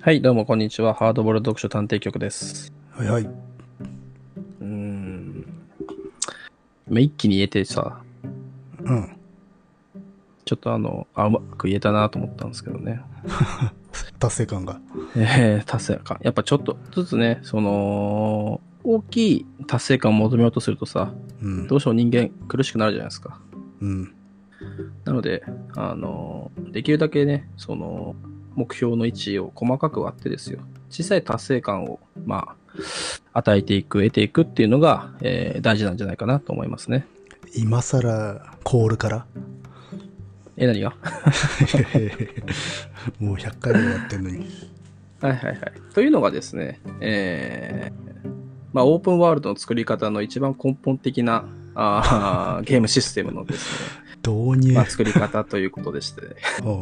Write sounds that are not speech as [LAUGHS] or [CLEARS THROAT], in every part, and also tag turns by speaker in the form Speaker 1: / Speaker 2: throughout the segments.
Speaker 1: はい、どうもこんにちは。ハードボール読書探偵局です。
Speaker 2: はいはい。
Speaker 1: うーん。まあ、一気に言えてさ、
Speaker 2: うん。
Speaker 1: ちょっとあの、あ、うまく言えたなと思ったんですけどね。 [LAUGHS]
Speaker 2: 達成感が。
Speaker 1: えー、達成感。やっぱちょっとずつね、その、大きい達成感を求めようとするとさ、
Speaker 2: うん
Speaker 1: ど。うしても人間苦しくなるじゃないですか。
Speaker 2: うん。
Speaker 1: なので、あの、できるだけね、その、目標の位置を細かく割ってですよ。小さい達成感を、まあ、与えていく、得ていくっていうのが、えー大事なんじゃないかなと思いますね。
Speaker 2: 今更、コールから [LAUGHS]
Speaker 1: え、何が [LAUGHS]
Speaker 2: もう100回もやってんのに。
Speaker 1: はいはいはい。というのがですね、えーまあ、オープンワールドの作り方の一番根本的なあ
Speaker 2: [LAUGHS]
Speaker 1: ーゲームシステムのです
Speaker 2: 導入。
Speaker 1: ね、ま
Speaker 2: あ
Speaker 1: あ、作り方ということでして、 [LAUGHS]
Speaker 2: あ
Speaker 1: でも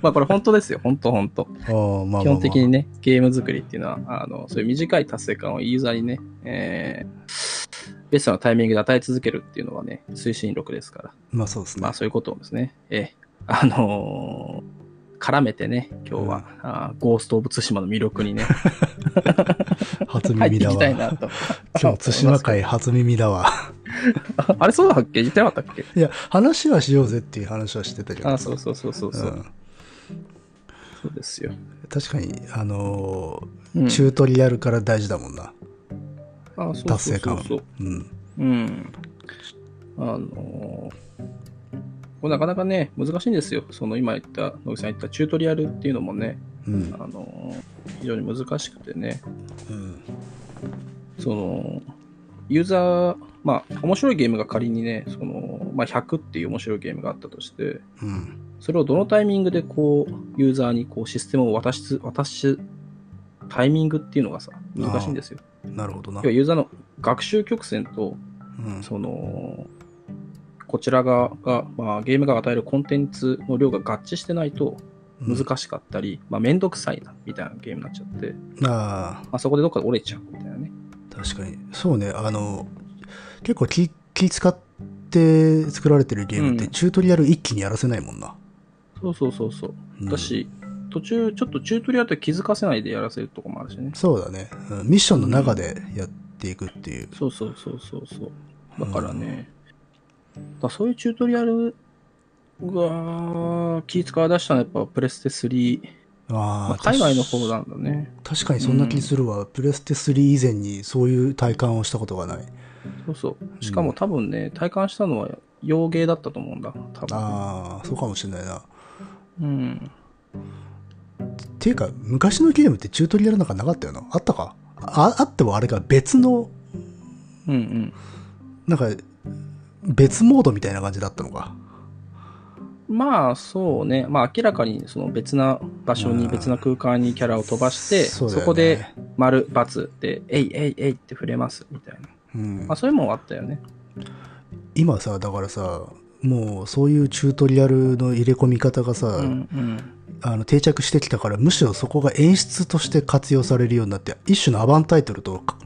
Speaker 1: まあこれ本当ですよ、本当本当。
Speaker 2: ああ、まあまあまあ。
Speaker 1: 基本的にね、ゲーム作りっていうのは、あの、そういう短い達成感をユーザーにね、えーベストなタイミングで与え続けるっていうのはね、推進力ですから、
Speaker 2: まあそうですね
Speaker 1: まあ。そういうことをですね、ええあのー絡めてね、今日は、あーゴースト・オブ・ツシマの魅力にね、
Speaker 2: 初
Speaker 1: 入っ
Speaker 2: 耳
Speaker 1: てい
Speaker 2: だ
Speaker 1: きた
Speaker 2: わ。
Speaker 1: い
Speaker 2: 今
Speaker 1: な [LAUGHS] と。
Speaker 2: 日、
Speaker 1: [LAUGHS]
Speaker 2: 津島会初耳だわ。
Speaker 1: ああれそうだっけ言ってなかったっけ
Speaker 2: いや、話はしようぜっていう話はしてたけど。
Speaker 1: あそうそうそうそうそう。
Speaker 2: うん
Speaker 1: そうですよ。
Speaker 2: 確かに、あのー
Speaker 1: うん
Speaker 2: チュートリアルから大事だもんな。
Speaker 1: あそうそうそうそう
Speaker 2: 達成感は。うん。
Speaker 1: うん。あのーこれなかなかね、難しいんですよ。その今言った、野口さん言ったチュートリアルっていうのもね、
Speaker 2: うん。
Speaker 1: あのー非常に難しくてね、
Speaker 2: うん。
Speaker 1: その、ユーザー、まあ、面白いゲームが仮にね、その、まあ、100っていう面白いゲームがあったとして、
Speaker 2: うん。
Speaker 1: それをどのタイミングでこう、ユーザーにこう、システムを渡しつ、渡すタイミングっていうのがさ、難しいんですよ。
Speaker 2: なるほどな
Speaker 1: 要。はユーザーの学習曲線と、
Speaker 2: うん。
Speaker 1: そのこちら側が、まあ、ゲームが与えるコンテンツの量が合致してないと
Speaker 2: うん
Speaker 1: 難しかったり、まあ、めんどくさいなみたいなゲームになっちゃって、
Speaker 2: ああ。
Speaker 1: まあ、そこでどっかで折れちゃうみたいなね。
Speaker 2: 確かにそうねあの結構気気使って作られてるゲームって、
Speaker 1: うん
Speaker 2: チュートリアル一気にやらせないもんな、
Speaker 1: そうそうそうそう。
Speaker 2: うん
Speaker 1: だし、途中、ちょっとチュートリアルって気づかせないでやらせるとこもあるしね。
Speaker 2: そうだね、うんミッションの中でやっていくっていう、
Speaker 1: そうそうそうそうそう。だからね、だからそういうチュートリアルが気使い出したのはやっぱプレステ3、
Speaker 2: あー
Speaker 1: まあ、海外の方
Speaker 2: 確
Speaker 1: なんだね。
Speaker 2: 確かにそんな気するわ、プレステ3以前にそういう体感をしたことがない
Speaker 1: そうそう。しかも多分ね、体感したのは洋芸だったと思うんだ。多分。
Speaker 2: ああそうかもしれないなっ
Speaker 1: うん。
Speaker 2: ていうか昔のゲームってチュートリアルなんかなかったよなあったかああってもあれが別の
Speaker 1: うんうん。
Speaker 2: なんか別モードみたいな感じだったのか
Speaker 1: まあそうね。まあ明らかにその別な場所に
Speaker 2: うん
Speaker 1: 別な空間にキャラを飛ばして、そう
Speaker 2: そだよね
Speaker 1: こで丸、×で、えいえいえいって触れますみたいな。
Speaker 2: うん
Speaker 1: まあそういうもんあったよね。
Speaker 2: 今さだからさもうそういうチュートリアルの入れ込み方がさ、
Speaker 1: うんうん。
Speaker 2: あの定着してきたからむしろそこが演出として活用されるようになって一種のアバンタイトルとか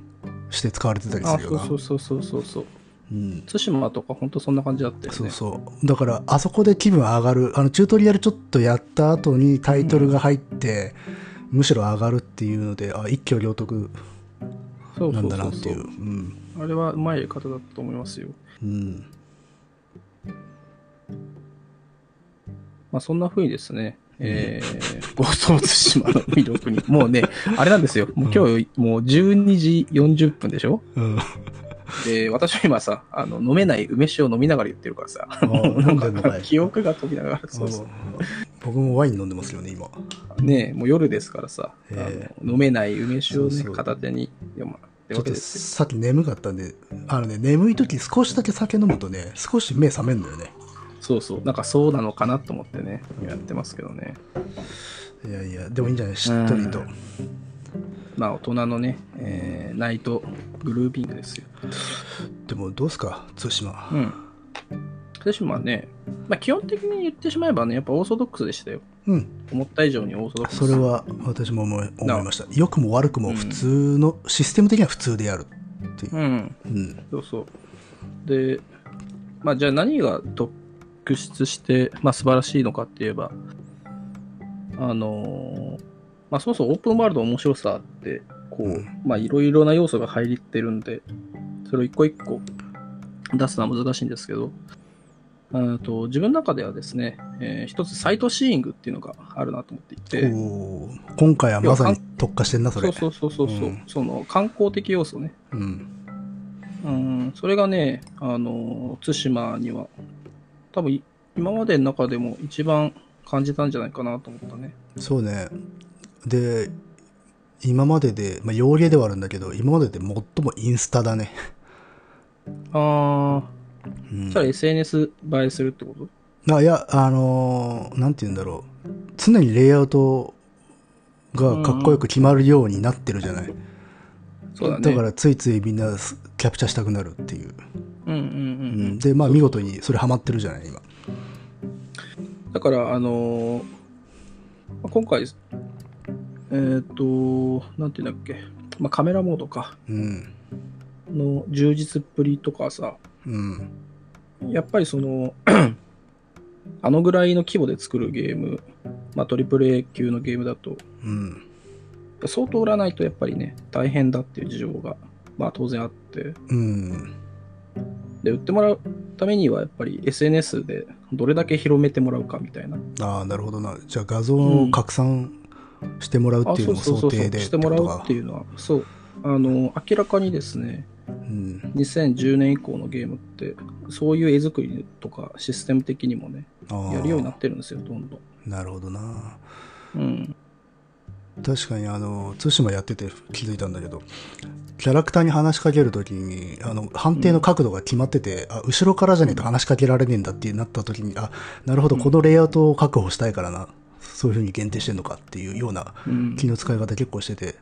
Speaker 2: して使われてたりす
Speaker 1: あ
Speaker 2: るよ
Speaker 1: そう
Speaker 2: な
Speaker 1: そうそうそうそうそう。
Speaker 2: うん
Speaker 1: 対馬とか本当そんな感じだったよね。
Speaker 2: そうそうだからあそこで気分上がるあのチュートリアルちょっとやった後にタイトルが入って、むしろ上がるっていうのであ一挙両得
Speaker 1: そう
Speaker 2: な
Speaker 1: そ
Speaker 2: ん
Speaker 1: う
Speaker 2: だ
Speaker 1: そ
Speaker 2: な
Speaker 1: う
Speaker 2: って
Speaker 1: そ
Speaker 2: いう
Speaker 1: う。
Speaker 2: うん
Speaker 1: あれはうまいやり方だったと思いますよ。
Speaker 2: うん
Speaker 1: まあ、そんな風にですね、えー、ゴースト・オブ・ツシマの魅力に、 [LAUGHS] もうね、あれなんですよ、もう今日、もう12時40分でしょ
Speaker 2: うん、
Speaker 1: で、私は今さ、あの飲めない梅酒を飲みながら言ってるからさ、
Speaker 2: あ飲んでんのか
Speaker 1: [LAUGHS]
Speaker 2: い
Speaker 1: 記憶が飛びながら、そうそ
Speaker 2: 僕もワイン飲んでますよね今
Speaker 1: う。ねえもう夜ですからさ、あ
Speaker 2: え
Speaker 1: の飲めない梅酒を
Speaker 2: そう
Speaker 1: ね、
Speaker 2: そう
Speaker 1: 片手に読まって
Speaker 2: ちょ
Speaker 1: わ
Speaker 2: っ
Speaker 1: け
Speaker 2: と
Speaker 1: ですよ。
Speaker 2: さっき眠かったんで、あのね、眠い時少しだけ酒飲むとね、少し目覚めるんだよね。
Speaker 1: そうそう、なんかそうなのかなと思ってね、やってますけどね。
Speaker 2: いやいや、でもいいんじゃないしっとりと。
Speaker 1: まあ、大人のね、えーナイトグルービングですよ。
Speaker 2: でもどうすか、対馬。
Speaker 1: うん。対馬はね、まあ、基本的に言ってしまえばね、やっぱオーソドックスでしたよ。
Speaker 2: うん、
Speaker 1: 思った以上にオーソドックス。
Speaker 2: それは私も思い思いました。良くも悪くも普通の、システム的には普通であるっていう。
Speaker 1: うん、
Speaker 2: うん。
Speaker 1: そうそう。で、まあ、じゃあ何が特出して、まあ、素晴らしいのかって言えば、あのーまあ、まあ、そうそう、オープンワールドの面白さって、こう、
Speaker 2: うん
Speaker 1: まあ、いろいろな要素が入ってるんで、それを一個一個出すのは難しいんですけど、うんと自分の中ではですね、えー一つサイトシーイングっていうのがあるなと思っていて、
Speaker 2: おー今回はまさに特化してんな、そ
Speaker 1: そ
Speaker 2: れ。
Speaker 1: うそうそうそう、う
Speaker 2: うん
Speaker 1: その観光的要素ね、
Speaker 2: うん。
Speaker 1: うん、それがね、あの、対馬には、多分い今までの中でも一番感じたんじゃないかなと思ったね。
Speaker 2: そうね。で、今までで、まあ、洋芸ではあるんだけど、今までで最もインスタだね。
Speaker 1: あ
Speaker 2: うん
Speaker 1: あ、そ、れ SNS 映えするってこと
Speaker 2: あいや、あのーなんて言うんだろう。常にレイアウトがかっこよく決まるようになってるじゃない。
Speaker 1: そうだね。
Speaker 2: からついついみんなすキャプチャーしたくなるっていう。
Speaker 1: うんうん
Speaker 2: う、
Speaker 1: うんうんん。
Speaker 2: で、まあ見事にそれハマってるじゃない、今。
Speaker 1: だから、あのーまあ今回、えーっ、と、なんていうんだっけ、まあ、カメラモードか、
Speaker 2: うん。
Speaker 1: の充実っぷりとかさ、
Speaker 2: うん。
Speaker 1: やっぱりその、 [CLEARS THROAT] あのぐらいの規模で作るゲーム、まあ、AAA 級のゲームだと、
Speaker 2: うん。
Speaker 1: 相当売らないとやっぱりね、大変だっていう事情が、まあ当然あって、
Speaker 2: うん。
Speaker 1: で、売ってもらうためには、やっぱり SNS でどれだけ広めてもらうかみたいな。
Speaker 2: ああ、なるほどな。じゃあ画像を拡散してもらうっていうのも想定で。
Speaker 1: してもらうって
Speaker 2: う。
Speaker 1: いうのは、そう、あの、明らかにですね、
Speaker 2: うん。
Speaker 1: 2010年以降のゲームって、そういう絵作りとかシステム的にもね、
Speaker 2: ああ
Speaker 1: やるようになってるんですよ、どんどん。
Speaker 2: なるほどな。
Speaker 1: うん。
Speaker 2: 確かに、あの、対馬やってて気づいたんだけど、キャラクターに話しかけるときに、あの、判定の角度が決まってて、あ、後ろからじゃねえと話しかけられねえんだってなったときに、あ、なるほど、
Speaker 1: うん
Speaker 2: このレイアウトを確保したいからな、そういうふうに限定してんのかっていうような
Speaker 1: うん
Speaker 2: 気の使い方結構してて、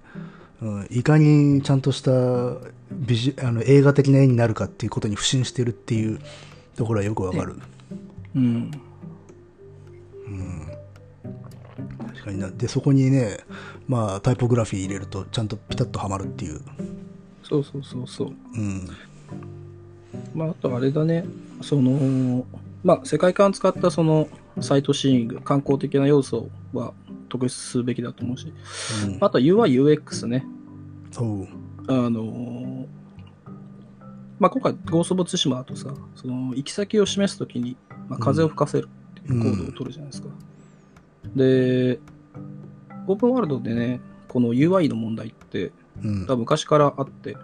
Speaker 2: うん、いかにちゃんとしたビジあの映画的な絵になるかっていうことに腐心してるっていうところはよくわかる。
Speaker 1: うん。
Speaker 2: うん確かになでそこにね、まあ、タイポグラフィー入れるとちゃんとピタッとはまるっていう、
Speaker 1: そうそうそうそう。
Speaker 2: うん、
Speaker 1: まあ、あとあれだね、その、まあ、世界観を使ったそのサイトシーイング、観光的な要素は特筆すべきだと思うし、
Speaker 2: うん
Speaker 1: あと UI、UX ね、
Speaker 2: そう
Speaker 1: あのーまあ、今回、ゴースト・オブ・ツシマとさ、その行き先を示すときに、まあ、風を吹かせるっていう行動を取るじゃないですか。で、オープンワールドでね、この UI の問題って、
Speaker 2: うん
Speaker 1: 多分昔からあって、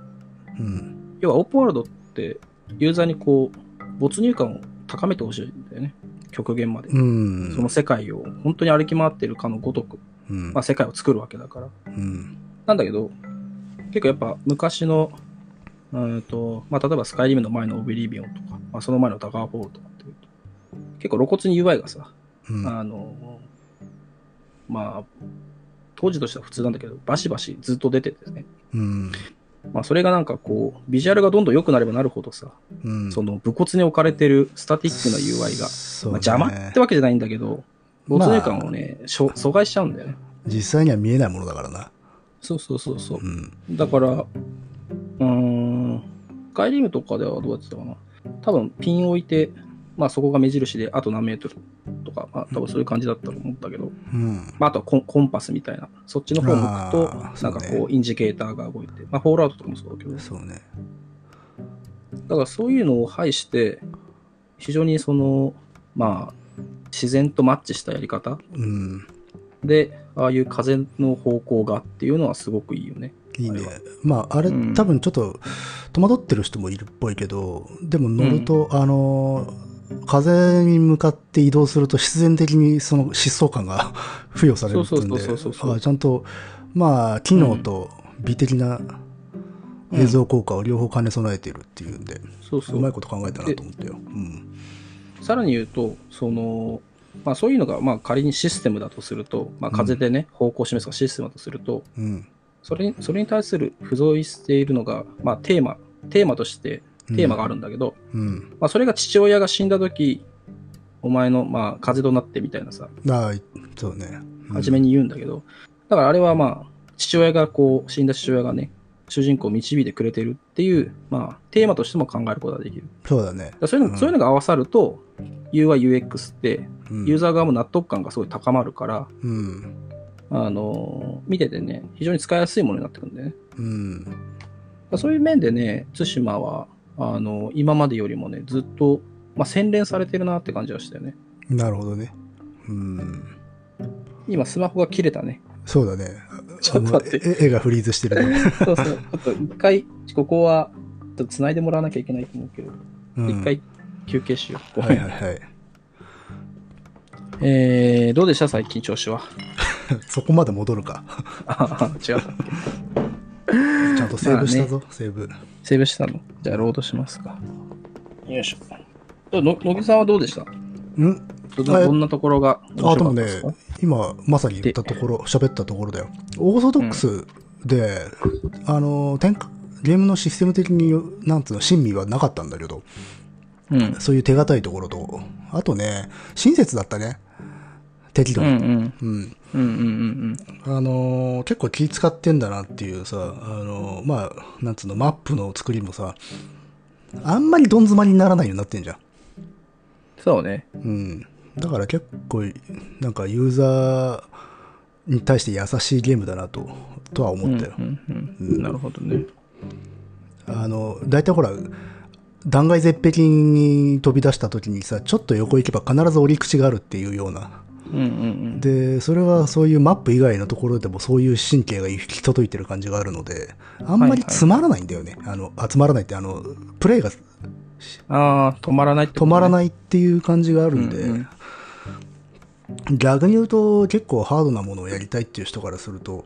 Speaker 2: うん
Speaker 1: 要はオープンワールドってユーザーにこう没入感を高めてほしいんだよね極限まで、
Speaker 2: うん
Speaker 1: その世界を本当に歩き回ってるかのごとく、
Speaker 2: うん
Speaker 1: まあ、世界を作るわけだから
Speaker 2: うん
Speaker 1: なんだけど結構やっぱ昔のうーんと、まあ、例えばスカイリムの前のオビリビオンとか、まあ、その前のダガーホールとかっていうと結構露骨に UI がさ、
Speaker 2: うん
Speaker 1: あのまあ当時としては普通なんだけどバシバシずっと出ててね、
Speaker 2: うん
Speaker 1: まあ、それがなんかこうビジュアルがどんどん良くなればなるほどさ
Speaker 2: うん
Speaker 1: その武骨に置かれてるスタティックな UI が、
Speaker 2: そう
Speaker 1: まあ、
Speaker 2: ね
Speaker 1: 邪魔ってわけじゃないんだけど、没入感をね、しょ阻害しちゃうんだよね。
Speaker 2: 実際には見えないものだからな、
Speaker 1: そうそうそうそう
Speaker 2: う。ん
Speaker 1: だから、うーん、ガイリムとかではどうやってたかな。多分ピンを置いて、まあそこが目印で、あと何メートルとか、まあ多分そういう感じだったと思ったけど、
Speaker 2: うん、
Speaker 1: まああとはコンコンパスみたいな、そっちの方向く
Speaker 2: あー
Speaker 1: と、なんか
Speaker 2: そう
Speaker 1: こ
Speaker 2: ね
Speaker 1: うインジケーターが動いて、まあフォールアウトとかもそうだけど、
Speaker 2: そうね
Speaker 1: だからそういうのを排して、非常にその、まあ、自然とマッチしたやり方
Speaker 2: うん
Speaker 1: で、ああいう風の方向がっていうのはすごくいいよね。
Speaker 2: いいね
Speaker 1: あれ。
Speaker 2: まあ、あれ、
Speaker 1: うん
Speaker 2: 多分ちょっと戸惑ってる人もいるっぽいけど、でも乗ると、あのー、風に向かって移動すると必然的にその疾走感が [LAUGHS] 付与されるっていうんで、
Speaker 1: そうそうそうそうそう
Speaker 2: あちゃんと、まあ、機能と美的な映像効果を両方兼ね備えているっていうんで、
Speaker 1: そうそう。
Speaker 2: まいうこと考えたなと思ったよ。うん。
Speaker 1: さらに言うと、その、まあそういうのが、まあ仮にシステムだとすると、まあ風でね、方向を示すがシステムだとすると、
Speaker 2: うん。
Speaker 1: それに、それに対する付随しているのが、まあテーマ、テーマとして、テーマがあるんだけど、
Speaker 2: うん。
Speaker 1: まあそれが父親が死んだ時、お前の、まあ風となってみたいなさ、
Speaker 2: ああ、いそうね。うん
Speaker 1: 初めに言うんだけど、だからあれはまあ、父親がこう、死んだ父親がね、主人公を導いてくれてるっていう、まあ、テーマとしても考えることができる。
Speaker 2: そうだね
Speaker 1: だか。らそういうの、
Speaker 2: うん
Speaker 1: そういうのが合わさると、UI、UX って、
Speaker 2: うん
Speaker 1: ユーザー側も納得感がすごい高まるから、
Speaker 2: うん。
Speaker 1: あの、見ててね、非常に使いやすいものになってくるんでね。
Speaker 2: うん。
Speaker 1: そういう面でね、対馬は、あの、今までよりもね、ずっと、まあ、洗練されてるなって感じはしたよね。
Speaker 2: なるほどね。うん。
Speaker 1: 今、スマホが切れた
Speaker 2: [LAUGHS]
Speaker 1: ね。
Speaker 2: そうだね。
Speaker 1: ちょっと待って
Speaker 2: あのえ絵がフリーズして
Speaker 1: [LAUGHS]
Speaker 2: るね。
Speaker 1: そうそう。ちょっと一回、ここは、ちょっと繋いでもらわなきゃいけないと思うけど、
Speaker 2: うん
Speaker 1: 一、回休憩しよう。ご
Speaker 2: は
Speaker 1: め
Speaker 2: い
Speaker 1: ん。
Speaker 2: はいはい。
Speaker 1: えー、どうでした最近調子
Speaker 2: [LAUGHS]
Speaker 1: は。
Speaker 2: そこまで戻るか。
Speaker 1: あ違う。
Speaker 2: ちゃんとセーブしたぞ、セーブ。
Speaker 1: セーブしたのじゃあ、ロードしますか。よいしょ。の野木さんはどうでした
Speaker 2: うん
Speaker 1: どどんなところが面白
Speaker 2: あ、で
Speaker 1: か
Speaker 2: も
Speaker 1: った
Speaker 2: ね
Speaker 1: ですか、
Speaker 2: 今まさに言ったところ、喋ったところだよ。オーソドックスで、あの、転換ゲームのシステム的に、なんつうの、親身はなかったんだけど、
Speaker 1: うん。
Speaker 2: そういう手堅いところと、あとね、親切だったね。適度
Speaker 1: うん
Speaker 2: に。
Speaker 1: うん。
Speaker 2: うん。
Speaker 1: うんうんうん
Speaker 2: あのー結構気使ってんだなっていうさ、あのーまあ、なんつうの、マップの作りもさ、あんまりどん詰まりにならないようになってんじゃん。
Speaker 1: そうね。
Speaker 2: うん。だから結構、なんかユーザーに対して優しいゲームだなと、とは思ったよ。
Speaker 1: うんうんうん、なるほどね。
Speaker 2: あの、大体ほら、断崖絶壁に飛び出した時にさ、ちょっと横行けば必ず折り口があるっていうような。
Speaker 1: うんうん
Speaker 2: で、それはそういうマップ以外のところでもそういう神経が行き届いてる感じがあるので、あんまりつまらないんだよね。あの、あつまらないって、あの、プレイが
Speaker 1: うん。ああ、止まらないって
Speaker 2: 止まら
Speaker 1: い
Speaker 2: ないっていう感じがあるんで、
Speaker 1: うん
Speaker 2: 逆に言うと結構ハードなものをやりたいっていう人からすると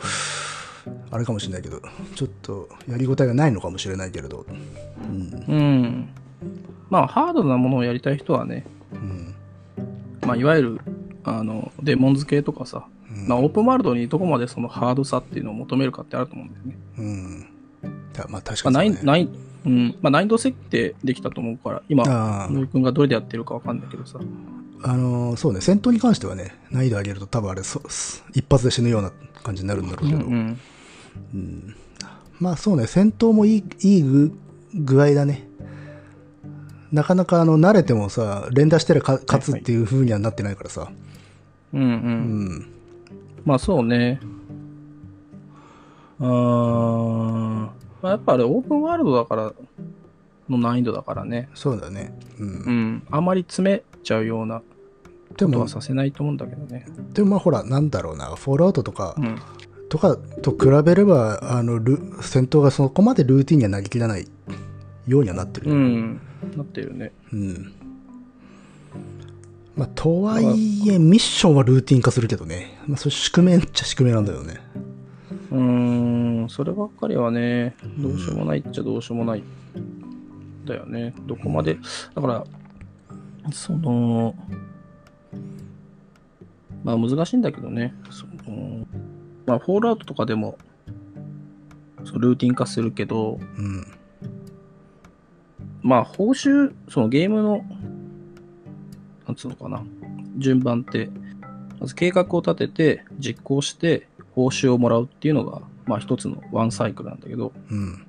Speaker 2: あれかもしれないけどちょっとやりごたえがないのかもしれないけれど、うん
Speaker 1: うん。まあ、ハードなものをやりたい人はね、
Speaker 2: うん
Speaker 1: まあ、いわゆる、あの、デモンズ系とかさ、
Speaker 2: うん
Speaker 1: まあ、オープンワールドにどこまでそのハードさっていうのを求めるかってあると思うんだよね。
Speaker 2: うん、たまあ確
Speaker 1: ま
Speaker 2: か
Speaker 1: あ、
Speaker 2: に
Speaker 1: な
Speaker 2: そう
Speaker 1: い、ない、うん、まあ、難易度設定できたと思うから、今、
Speaker 2: あー
Speaker 1: 野井くんがどれでやってるかわかんないけどさ。
Speaker 2: あのーそうね戦闘に関してはね難易度上げると多分あれそう一発で死ぬような感じになるんだろうけど、
Speaker 1: ん。
Speaker 2: うんまあそうね、戦闘もいいいい具具合だね。なかなかあの慣れてもさ、連打してりゃか勝つっていう風にはなってないからさ。
Speaker 1: うんうん。
Speaker 2: うん。
Speaker 1: まあそうね。うーん。まあ、やっぱあれオープンワールドだからの難易度だからね。
Speaker 2: そうだね。うん。
Speaker 1: うん。あまり詰めちゃうような
Speaker 2: で
Speaker 1: こと
Speaker 2: も
Speaker 1: は、させないと思うんだけどね。
Speaker 2: でもまあほら、なんだろうな、フォールアウトとか、
Speaker 1: うん。
Speaker 2: とかと比べれば、あの、ル戦闘がそこまでルーティンにはなりきらないようにはなってる。
Speaker 1: う。ん。なってるね。
Speaker 2: うん。まあ、とはいえ、ミッションはルーティン化するけどね。まあ、それ宿命っちゃ宿命なんだよね。
Speaker 1: うーん。そればっかりはね、どうしようもないっちゃどうしようもない。だよね。どこまで。だから、その、まあ難しいんだけどね。そのまあ、フォールアウトとかでも、そうルーティン化するけど、
Speaker 2: うん。
Speaker 1: まあ、報酬、そのゲームの、なんつうのかな、順番って、まず計画を立てて、実行して、報酬をもらうっていうのが、まあ一つのワンサイクルなんだけど、
Speaker 2: うん。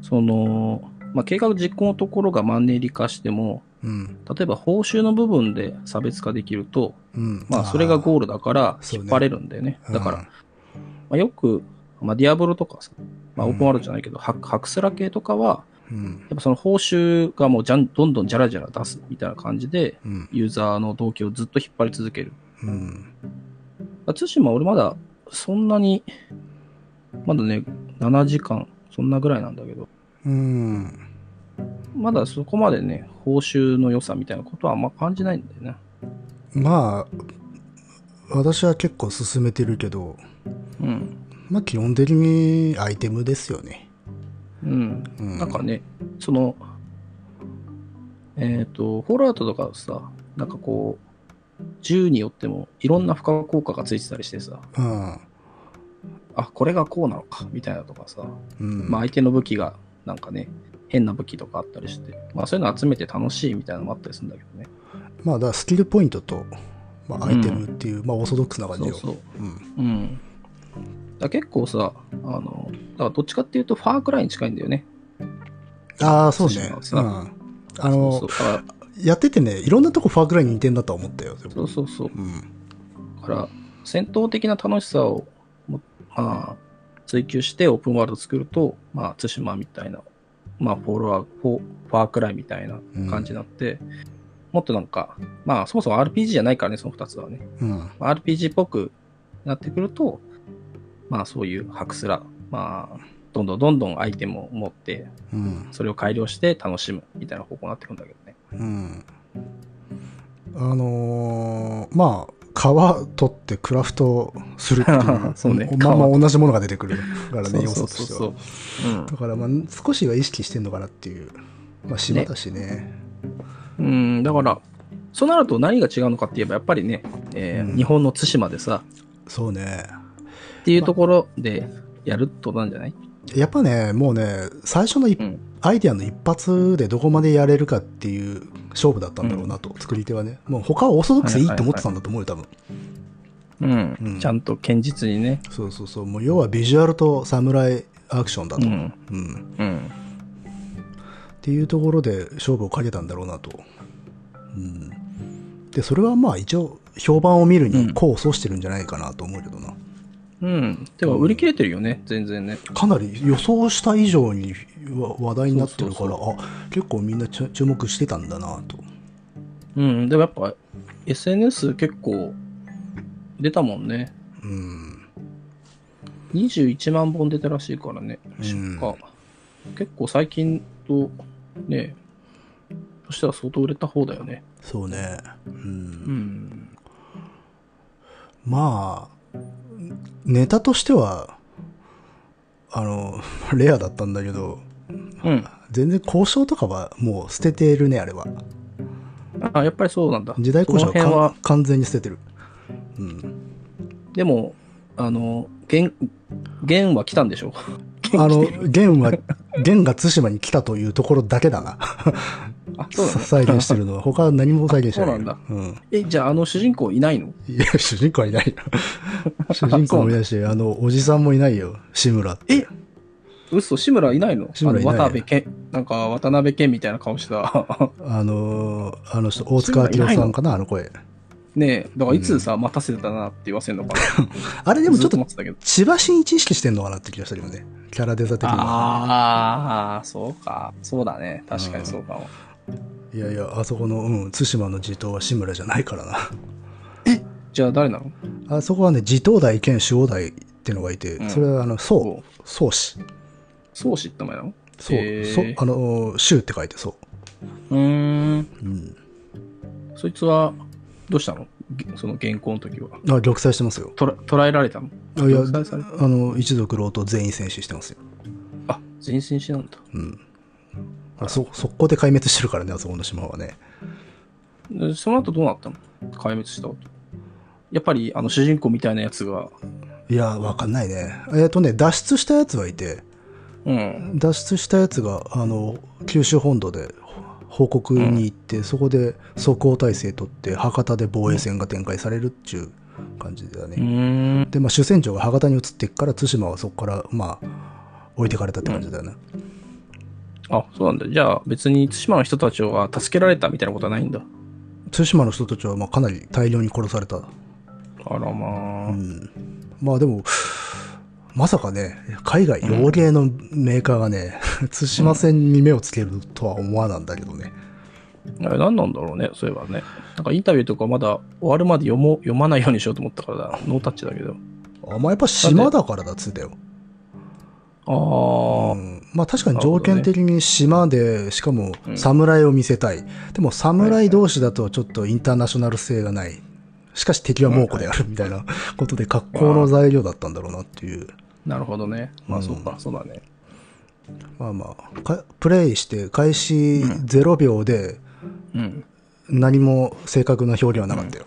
Speaker 1: その、まあ計画実行のところがマンネリ化しても、
Speaker 2: うん。
Speaker 1: 例えば報酬の部分で差別化できると、
Speaker 2: うん。
Speaker 1: まあそれがゴー
Speaker 2: ル。
Speaker 1: ルだから
Speaker 2: そう
Speaker 1: 引
Speaker 2: ね
Speaker 1: っ張れるんだよね。だから、
Speaker 2: うん
Speaker 1: まあ、よく、まあディアブロとかさ、まあ
Speaker 2: うん
Speaker 1: オープンワールドじゃないけど、ハクハクスラ系とかは、
Speaker 2: うん。
Speaker 1: やっぱその報酬がもうじゃん、どんどんじゃらじゃら出すみたいな感じで、
Speaker 2: うん。
Speaker 1: ユーザーの動機をずっと引っ張り続ける。
Speaker 2: うん。
Speaker 1: まあ対馬俺まだそんなに、まだね、7時間、そんなぐらいなんだけど、
Speaker 2: うん。
Speaker 1: まだそこまでね、報酬の良さみたいなことはあんま感じないんだよね。
Speaker 2: まあ、私は結構進めてるけど、
Speaker 1: うん。
Speaker 2: まあ基本的にアイテムですよね。
Speaker 1: うん。
Speaker 2: うん。
Speaker 1: なんかね、その、えっ、と、フォールアウトとかさ、なんかこう、銃によってもいろんな付加効果がついてたりしてさ、
Speaker 2: うん。
Speaker 1: あ、これがこうなのか、みたいなとかさ、
Speaker 2: うん。
Speaker 1: まあ相手の武器がなんかね、変な武器とかあったりして、まあそういうの集めて楽しいみたいなのもあったりするんだけどね。
Speaker 2: まあ、だからスキルポイントと、まあ、アイテムっていう、まあ、オーソドックスな感
Speaker 1: そ
Speaker 2: じ
Speaker 1: う
Speaker 2: よ。
Speaker 1: そう。
Speaker 2: うん。
Speaker 1: うん。だから結構さ、あの、だからどっちかっていうと、ファークライに近いんだよね。
Speaker 2: ああ、そうね。
Speaker 1: そう
Speaker 2: う。
Speaker 1: そうん
Speaker 2: あの
Speaker 1: そうそう。だから
Speaker 2: やっててね、いろんなとこファークライに似てんだとは思ったよ。でも
Speaker 1: そうそうそう。
Speaker 2: うん。
Speaker 1: だから、戦闘的な楽しさを、もまあ、追求してオープンワールド作ると、まあ、対馬みたいな、まあ、フォロワー、フォファークライみたいな感じになって、もっとなんか、まあ、そもそも RPG じゃないからね、その二つはね。
Speaker 2: うん。
Speaker 1: まあ RPG っぽくなってくると、まあ、そういうハクスラ、まあ、どんどんどんどんアイテムを持って、
Speaker 2: うん。
Speaker 1: それを改良して楽しむみたいな方向になってくるんだけどね。
Speaker 2: うん。あのーまあ、皮取ってクラフトするってい
Speaker 1: [LAUGHS] そうね
Speaker 2: まあま
Speaker 1: 皮
Speaker 2: あ同じものが出てくるからね、要
Speaker 1: そうそ
Speaker 2: 素と
Speaker 1: う
Speaker 2: して
Speaker 1: そ
Speaker 2: は。
Speaker 1: うそう。
Speaker 2: だからまあ少しは意識してんのかなっていう、まあ、島だしね。
Speaker 1: うん、だから、そうなると何が違うのかって言えば、やっぱりね、えー
Speaker 2: うん
Speaker 1: 日本の対馬でさ、
Speaker 2: そうね。
Speaker 1: っていうところでやるってことなんじゃない、
Speaker 2: やっぱね、もうね、最初の一
Speaker 1: うん
Speaker 2: アイデアの一発でどこまでやれるかっていう勝負だったんだろうなと、作り手はね。もう他はオーソドックスでいいって思ってたんだと思うよ、多分。
Speaker 1: うん、
Speaker 2: うん
Speaker 1: ちゃんと堅実にね。
Speaker 2: そうそうそう。もう要はビジュアルと侍アクションだ
Speaker 1: う
Speaker 2: と。
Speaker 1: ん。
Speaker 2: うん
Speaker 1: うん。
Speaker 2: っていうところで勝負をかけたんだろうなと。うん、でそれはまあ一応評判を見る
Speaker 1: うん
Speaker 2: に功を奏してるんじゃないかなと思うけどな、
Speaker 1: うん。てか、売り切れてるよね、全然ね。
Speaker 2: かなり予想した以上にわ話題になってるから
Speaker 1: そう
Speaker 2: あ結構みんなちゅ注目してたんだなと
Speaker 1: うん。でもやっぱ、SNS 結構出たもんね。
Speaker 2: うん
Speaker 1: 21万本出たらしいからね。出荷。結構最近と、ね、そしたら相当売れた方だよね。
Speaker 2: そうね、うん、
Speaker 1: うん。
Speaker 2: まあネタとしてはあの [LAUGHS] レアだったんだけど
Speaker 1: うん。
Speaker 2: 全然交渉とかはもう捨ててるねあれは
Speaker 1: あ、やっぱりそうなんだ。
Speaker 2: 時代交渉
Speaker 1: その辺
Speaker 2: は
Speaker 1: は
Speaker 2: か完全に捨ててるうん
Speaker 1: でも、あの、弦、弦は来たんでしょ
Speaker 2: あの元は元が対馬に来たというところだけだな
Speaker 1: [LAUGHS] あ、そう
Speaker 2: [LAUGHS]
Speaker 1: だね。
Speaker 2: 再現してる
Speaker 1: [LAUGHS]
Speaker 2: のは他は何も再現してない
Speaker 1: あそうなんだ
Speaker 2: うん
Speaker 1: え、じゃああの主人公いないの
Speaker 2: いや主人公は
Speaker 1: [LAUGHS]
Speaker 2: いないよ主人公もいないしあのおじさんもいないよ志村って
Speaker 1: え嘘、志村いないの
Speaker 2: 志村いない
Speaker 1: あの渡辺謙、なんか渡辺謙みたいな顔した。 [LAUGHS]
Speaker 2: あのーあの人大塚明夫さんかなあの声
Speaker 1: ねえ、だからいつさ、待たせたなって言わせるのかな。
Speaker 2: あれ [LAUGHS] でもちょっ
Speaker 1: ず
Speaker 2: と
Speaker 1: 待ってたけど。
Speaker 2: 千葉真一意識してんのかなって気がしたけどねキャラデザ的には
Speaker 1: ああ、そうか。そうだね。確かにそうかも。
Speaker 2: いやいやあそこのうん対馬の地頭は志村じゃないからな
Speaker 1: じゃあ誰なの
Speaker 2: あそこはね、地頭代兼守護代っていうのがいて、
Speaker 1: うん
Speaker 2: それはあの、
Speaker 1: お
Speaker 2: 宋
Speaker 1: う、
Speaker 2: 宋氏。
Speaker 1: 宗師って名前なの
Speaker 2: 宋、
Speaker 1: へー
Speaker 2: 宋、あの、州って書いてそう
Speaker 1: ーん。
Speaker 2: う。うん。
Speaker 1: そいつは、どうしたのげその原稿の時は。
Speaker 2: あ、玉砕してますよ。
Speaker 1: とら捕らえられたの
Speaker 2: あいや、
Speaker 1: 玉砕された
Speaker 2: あの、一族老と全員戦死してますよ。
Speaker 1: あ、人選しなんだ。
Speaker 2: うん。あそ、速攻で壊滅してるからね、あそこの島はね。
Speaker 1: でその後どうなったの壊滅した後。やっぱり、あの、主人公みたいなやつが、
Speaker 2: いや、わかんないね。えっ、とね、脱出したやつはいて、
Speaker 1: うん。
Speaker 2: 脱出したやつが、あの、九州本土で報告に行って、そこで即応体制取って、博多で防衛戦が展開されるっちゅう感じだね。
Speaker 1: うーん。
Speaker 2: で、まあ、主戦場が博多に移っていくから対馬はそこからまあ置いてかれたって感じだよね、
Speaker 1: あ、そうなんだ。じゃあ、別に対馬の人たちは助けられたみたいなことはないんだ。
Speaker 2: 対馬の人たちはまあかなり大量に殺された、
Speaker 1: あらまあ。
Speaker 2: うん、まあでもまさかね海外洋芸のメーカーがね対馬戦に目をつけるとは思わなんだけどね、
Speaker 1: あれ何なんだろうね、そういえばね。なんかインタビューとかまだ終わるまで読もう読まないようにしようと思ったからだノータッチだけど。
Speaker 2: あまあやっぱ島だからだっつってたよ、う
Speaker 1: あ
Speaker 2: ん、まあ確かに条件的に島で、しかも侍を見せたい、でも侍同士だとちょっとインターナショナル性がないしかし敵は猛虎であるみたいな [LAUGHS] ことで格好の材料だったんだろうなっていう
Speaker 1: あ、なるほどね。ま
Speaker 2: う
Speaker 1: あ
Speaker 2: ん
Speaker 1: そうか、そうだね。
Speaker 2: まあまあかプレイして開始0秒で
Speaker 1: うん。
Speaker 2: 何も正確な表現はなかったよ、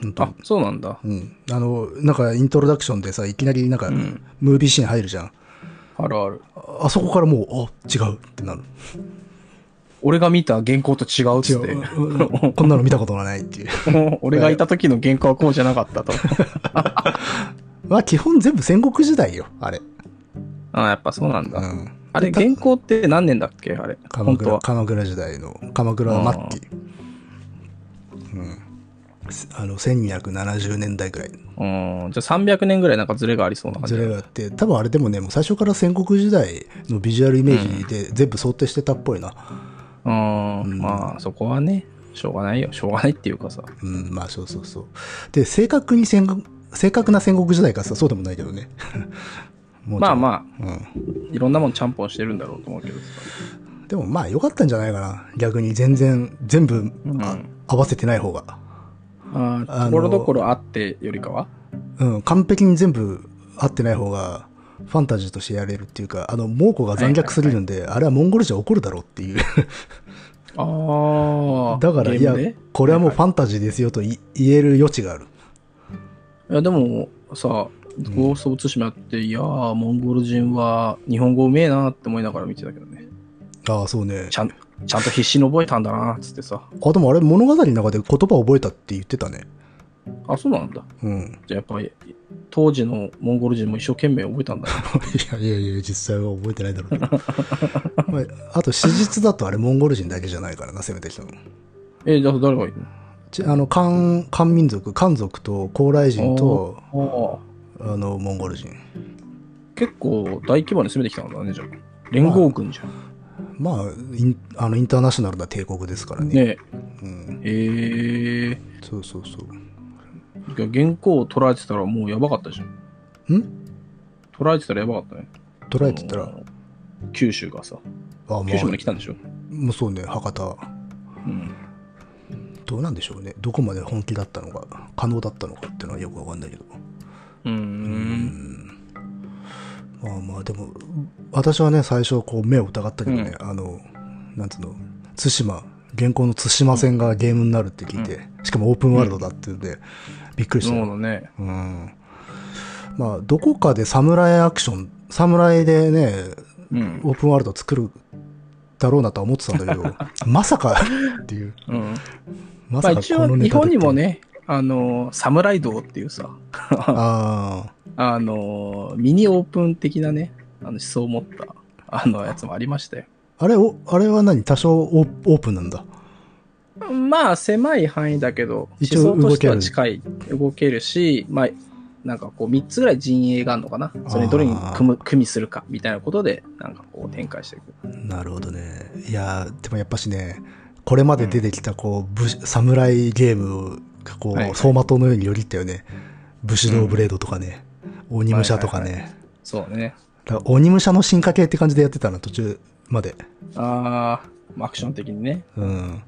Speaker 2: 本当
Speaker 1: あ、そうなんだ。
Speaker 2: うん、あのなんかイントロダクションでさいきなりなんか
Speaker 1: ん
Speaker 2: ムービーシーン入るじゃん、
Speaker 1: あるある。
Speaker 2: ああそこからもうあ違うってなる
Speaker 1: 俺が見た原稿と違うっつって。
Speaker 2: 違うこんなの見たことがないっていう [LAUGHS]
Speaker 1: [LAUGHS] 俺がいた時の原稿はこうじゃなかったと。
Speaker 2: まあ基本全部戦国時代よあれ、
Speaker 1: [LAUGHS] あやっぱそうなん
Speaker 2: う
Speaker 1: だ。
Speaker 2: ん、
Speaker 1: あれ、原稿って何年だっけあれ。
Speaker 2: 鎌
Speaker 1: 本当
Speaker 2: 倉
Speaker 1: は。
Speaker 2: 鎌倉時代の鎌倉末期、あの1270年代ぐらい
Speaker 1: うん、じゃあ300年ぐらいなんかズレがありそうな感じ
Speaker 2: ずれがあって多分あれでもねもう最初から戦国時代のビジュアルイメージで全部想定してたっぽいな
Speaker 1: うん、
Speaker 2: うん
Speaker 1: まあそこはね、しょうがないよ。しょうがないっていうかさ。
Speaker 2: うん、まあそうそうそうで正確に戦国正確な戦国時代かさそうでもないけどね [LAUGHS] も
Speaker 1: まあま
Speaker 2: あ、うん、
Speaker 1: あ、いろんなもんちゃんぽんしてるんだろうと思うけどさ。
Speaker 2: でもまあ良かったんじゃないかな逆に全然全部、
Speaker 1: うん
Speaker 2: あ合わせてない方が
Speaker 1: ああ、
Speaker 2: あの
Speaker 1: ところどころあってよりかは
Speaker 2: うん、完璧に全部合ってない方が、ファンタジーとしてやれるっていうか、あの、猛虎が残虐すぎるんで、あれはモンゴルじゃ怒るだろうっていう。
Speaker 1: ああ、
Speaker 2: だから、
Speaker 1: ゲ
Speaker 2: い
Speaker 1: ー
Speaker 2: や
Speaker 1: ムでい、
Speaker 2: これはもう
Speaker 1: は
Speaker 2: ファンタジーですよとい言える余地がある。
Speaker 1: やでもさ、ゴースト対馬って、いやー、モンゴル人は日本語うめえなって思いながら見てたけどね。
Speaker 2: ああ、そうね
Speaker 1: ち。ゃん、ちゃんと必死に覚えたんだなっつってさ。
Speaker 2: あ、でもあれ物語の中で言葉覚えたって言ってたね。
Speaker 1: あ、そうなんだ。
Speaker 2: うん。
Speaker 1: じゃあやっぱり、当時のモンゴル人も一生懸命覚えたんだな。
Speaker 2: いやいやいや、実際は覚えてないだろうけど。 [LAUGHS] まあ、あと、史実だとあれモンゴル人だけじゃないからな、攻めてきたの。
Speaker 1: え、じゃあ誰がいる
Speaker 2: ちあの、漢、漢民族、漢族と高麗人と、
Speaker 1: のああ。
Speaker 2: あの、モンゴル人。
Speaker 1: 結構大規模に攻めてきたんだね、じゃあ。連合軍じゃん。
Speaker 2: まあ、インあのインターナショナルな帝国ですからね。
Speaker 1: ね
Speaker 2: うん、
Speaker 1: え、え
Speaker 2: そうそうそう。
Speaker 1: ー、原稿を捉えてたらもうやばかったじゃん。
Speaker 2: ん
Speaker 1: 捉えてたらやばかったね。
Speaker 2: 捉えてたら、
Speaker 1: あ
Speaker 2: あ
Speaker 1: の九州がさ、
Speaker 2: まあ、
Speaker 1: 九州まで来たんでしょ。
Speaker 2: もうそうね、博多。
Speaker 1: うん。
Speaker 2: どうなんでしょうね。どこまで本気だったのか、可能だったのかっていうのはよくわかんないけど。
Speaker 1: うー。
Speaker 2: うんまあまあ、でも、私はね、最初、こう、目を疑ったけどね、あの、なんつうの、対馬、現行の対馬戦がゲームになるって聞いて、しかもオープンワールドだっていうんで、びっくりし
Speaker 1: そ
Speaker 2: た
Speaker 1: う
Speaker 2: よ。
Speaker 1: だね。
Speaker 2: うんまあ、どこかで侍アクション、侍でね、
Speaker 1: うん。
Speaker 2: オープンワールド作るだろうなとは思ってたんだけ
Speaker 1: [LAUGHS]
Speaker 2: ど、まさかっていう、
Speaker 1: うん、
Speaker 2: ま
Speaker 1: まあ
Speaker 2: さか
Speaker 1: 一応
Speaker 2: このネ
Speaker 1: 日
Speaker 2: タで
Speaker 1: 本
Speaker 2: っ
Speaker 1: に
Speaker 2: ていう
Speaker 1: も。ね、あの、侍道っていうさ、
Speaker 2: あ
Speaker 1: あの、ミニオープン的なね、あの思想を持った、あの、やつもありましたよ。
Speaker 2: あ、あれお、あれは何多少オーオープンなんだ。
Speaker 1: まあ、狭い範囲だけど、
Speaker 2: 一応
Speaker 1: 思想としては近い、動けるし、まあ、なんかこう、3つぐらい陣営があるのかな。それにどれに組む、組みするか、みたいなことで、なんかこう、展開していく。
Speaker 2: なるほどね。いやー、でもやっぱしね、これまで出てきた、こう、武士侍ゲームが、こう、
Speaker 1: はいはい
Speaker 2: 走馬灯のようによりったよね。武士道ブレードとかね、鬼武者とかね。
Speaker 1: はいそうだね。
Speaker 2: だから鬼武者の進化系って感じでやってたな、途中まで。
Speaker 1: あー、まあアクション的にね。
Speaker 2: うん。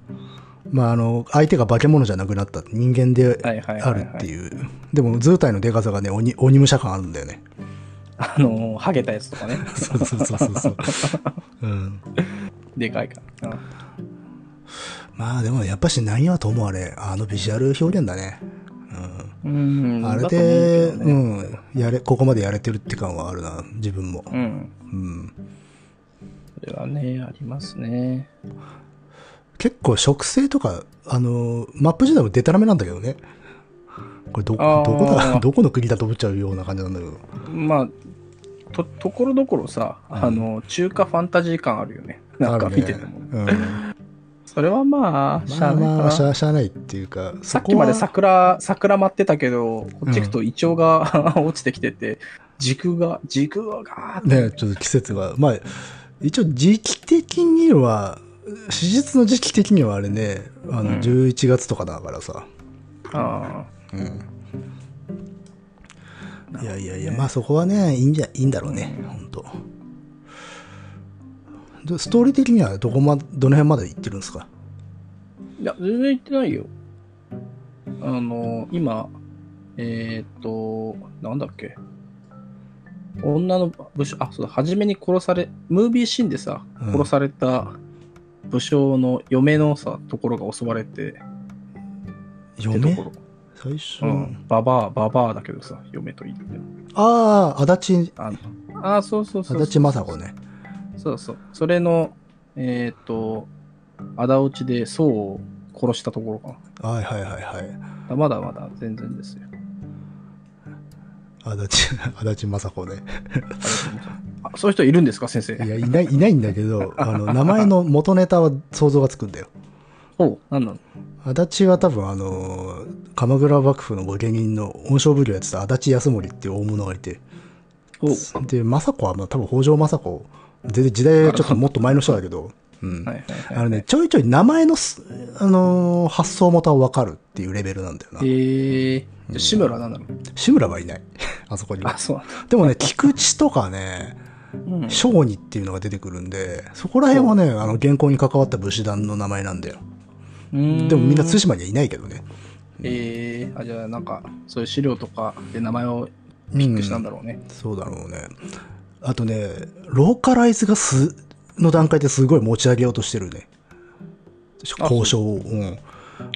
Speaker 2: まあ、あの、相手が化け物じゃなくなった。人間で
Speaker 1: はいはいは
Speaker 2: あ
Speaker 1: い、は
Speaker 2: る
Speaker 1: い。
Speaker 2: って
Speaker 1: う。
Speaker 2: いう。でも、図体のデカさがね、鬼、鬼武者感あるんだよね。 [LAUGHS]
Speaker 1: あのー、ハゲたやつとかね。
Speaker 2: そうそうそうそうそう。うん。
Speaker 1: でかいから。うん
Speaker 2: まあ、でも、やっぱし何はともあれ、あのビジュアル表現だね。
Speaker 1: う。
Speaker 2: うんん。あれで、
Speaker 1: だと
Speaker 2: う。
Speaker 1: 思うん
Speaker 2: やれ、ここまでやれてるって感はあるな、自分も
Speaker 1: けど。ねうん。
Speaker 2: うん。
Speaker 1: それはね、ありますね。
Speaker 2: 結構、植生とか、あの、マップ自体もデタラメなんだけどね。これど、ど
Speaker 1: あー
Speaker 2: こだ、 [LAUGHS] どこの国だと思っちゃうような感じなんだけど。
Speaker 1: まあ、と、ところどころさ、あの、中華ファンタジー感あるよね。なんか見てても。
Speaker 2: あるねうん。
Speaker 1: それはまあ、し
Speaker 2: ま
Speaker 1: ゃあ
Speaker 2: あ
Speaker 1: ないか
Speaker 2: ま
Speaker 1: な。
Speaker 2: あ、しゃあしゃあないっていうか、
Speaker 1: さ
Speaker 2: そ
Speaker 1: っき
Speaker 2: こ
Speaker 1: ま
Speaker 2: は
Speaker 1: で桜、桜舞ってたけど、こっち行くとイチョウが [LAUGHS] 落ちてきてて、時空が、時空がガーって。
Speaker 2: ね、ちょっと季節が、まあ、一応時期的には、史実の時期的にはあれね、あ
Speaker 1: うん
Speaker 2: の、11月とかだからさ。
Speaker 1: あ
Speaker 2: うん。
Speaker 1: あ
Speaker 2: いやいやいや、まあそこはね、いいんじゃ、いいんだろうね、ほんと。でストーリー的にはどこま、どの辺まで行ってるんですか
Speaker 1: いや、全然行ってないよ。あの、今、えーっと、なんだっけ。女の武将、あ、そうだ、初めに殺され、ムービーシーンでさ、
Speaker 2: うん
Speaker 1: 殺された武将の嫁のさ、ところが襲われて、ってと
Speaker 2: 嫁
Speaker 1: ころ。
Speaker 2: 最初、
Speaker 1: うん。ババア、ババアだけどさ、嫁と言って。
Speaker 2: ああ、足立、
Speaker 1: あの、あ、そうそうそう
Speaker 2: 足
Speaker 1: そう。
Speaker 2: 立雅子ね。
Speaker 1: そうそう。それの、えっ、と、仇討ちで宋を殺したところか
Speaker 2: はいはいはいはい。
Speaker 1: な。まだまだ全然ですよ。
Speaker 2: 足立、 [LAUGHS] 足立雅子ね。
Speaker 1: あそういう人いるんですか、先生。
Speaker 2: いや、いない、いないんだけど、あの、名前の元ネタは想像がつくんだよ。
Speaker 1: おう、なんなの
Speaker 2: 足立は多分あの鎌倉幕府の御家人の恩賞奉行やってた足立康盛っていう大物がいて
Speaker 1: おは
Speaker 2: で政子はまあ多分北条政子全然時代ちょっともっと前の人だけど、うん
Speaker 1: いはいはい。
Speaker 2: あのね、ちょいちょい名前のす、あのー発想元はわかるっていうレベルなんだよな
Speaker 1: え。ー、じゃあ志村なんだろう。
Speaker 2: 志村はい [LAUGHS] ない。あそこには
Speaker 1: あ、。そうなんだ。
Speaker 2: でもね、菊池とかね、
Speaker 1: うん
Speaker 2: 小児っていうのが出てくるんで、そこら辺はね、あの、原稿に関わった武士団の名前なんだよ。 [LAUGHS] でもみんな対馬にはいないけどね。
Speaker 1: えー、あじゃあなんかそういう資料とかで名前を
Speaker 2: うん
Speaker 1: ピックしたんだろうね、
Speaker 2: そうだろうね。あとね、ローカライズがす、の段階ですごい持ち上げようとしてるね。交渉を。うん。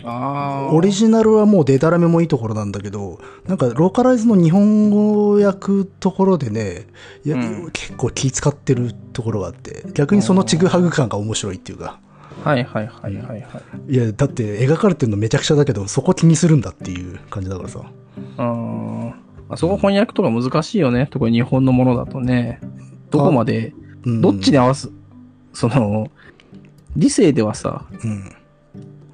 Speaker 1: ああ
Speaker 2: オリジナルはもうデタラメもいいところなんだけど、なんかローカライズの日本語を訳くところでね、いや
Speaker 1: うん
Speaker 2: 結構気使ってるところがあって、逆にそのちぐはぐ感が面白いっていうか、
Speaker 1: はいはいはいはいはい
Speaker 2: いや、だって描かれてるのめちゃくちゃだけど、そこ気にするんだっていう感じだからさ。
Speaker 1: あーあそこ翻訳とか難しいよね特に日本のものだとねどこまで
Speaker 2: うん
Speaker 1: どっちに合わす、その理性ではさ
Speaker 2: うん。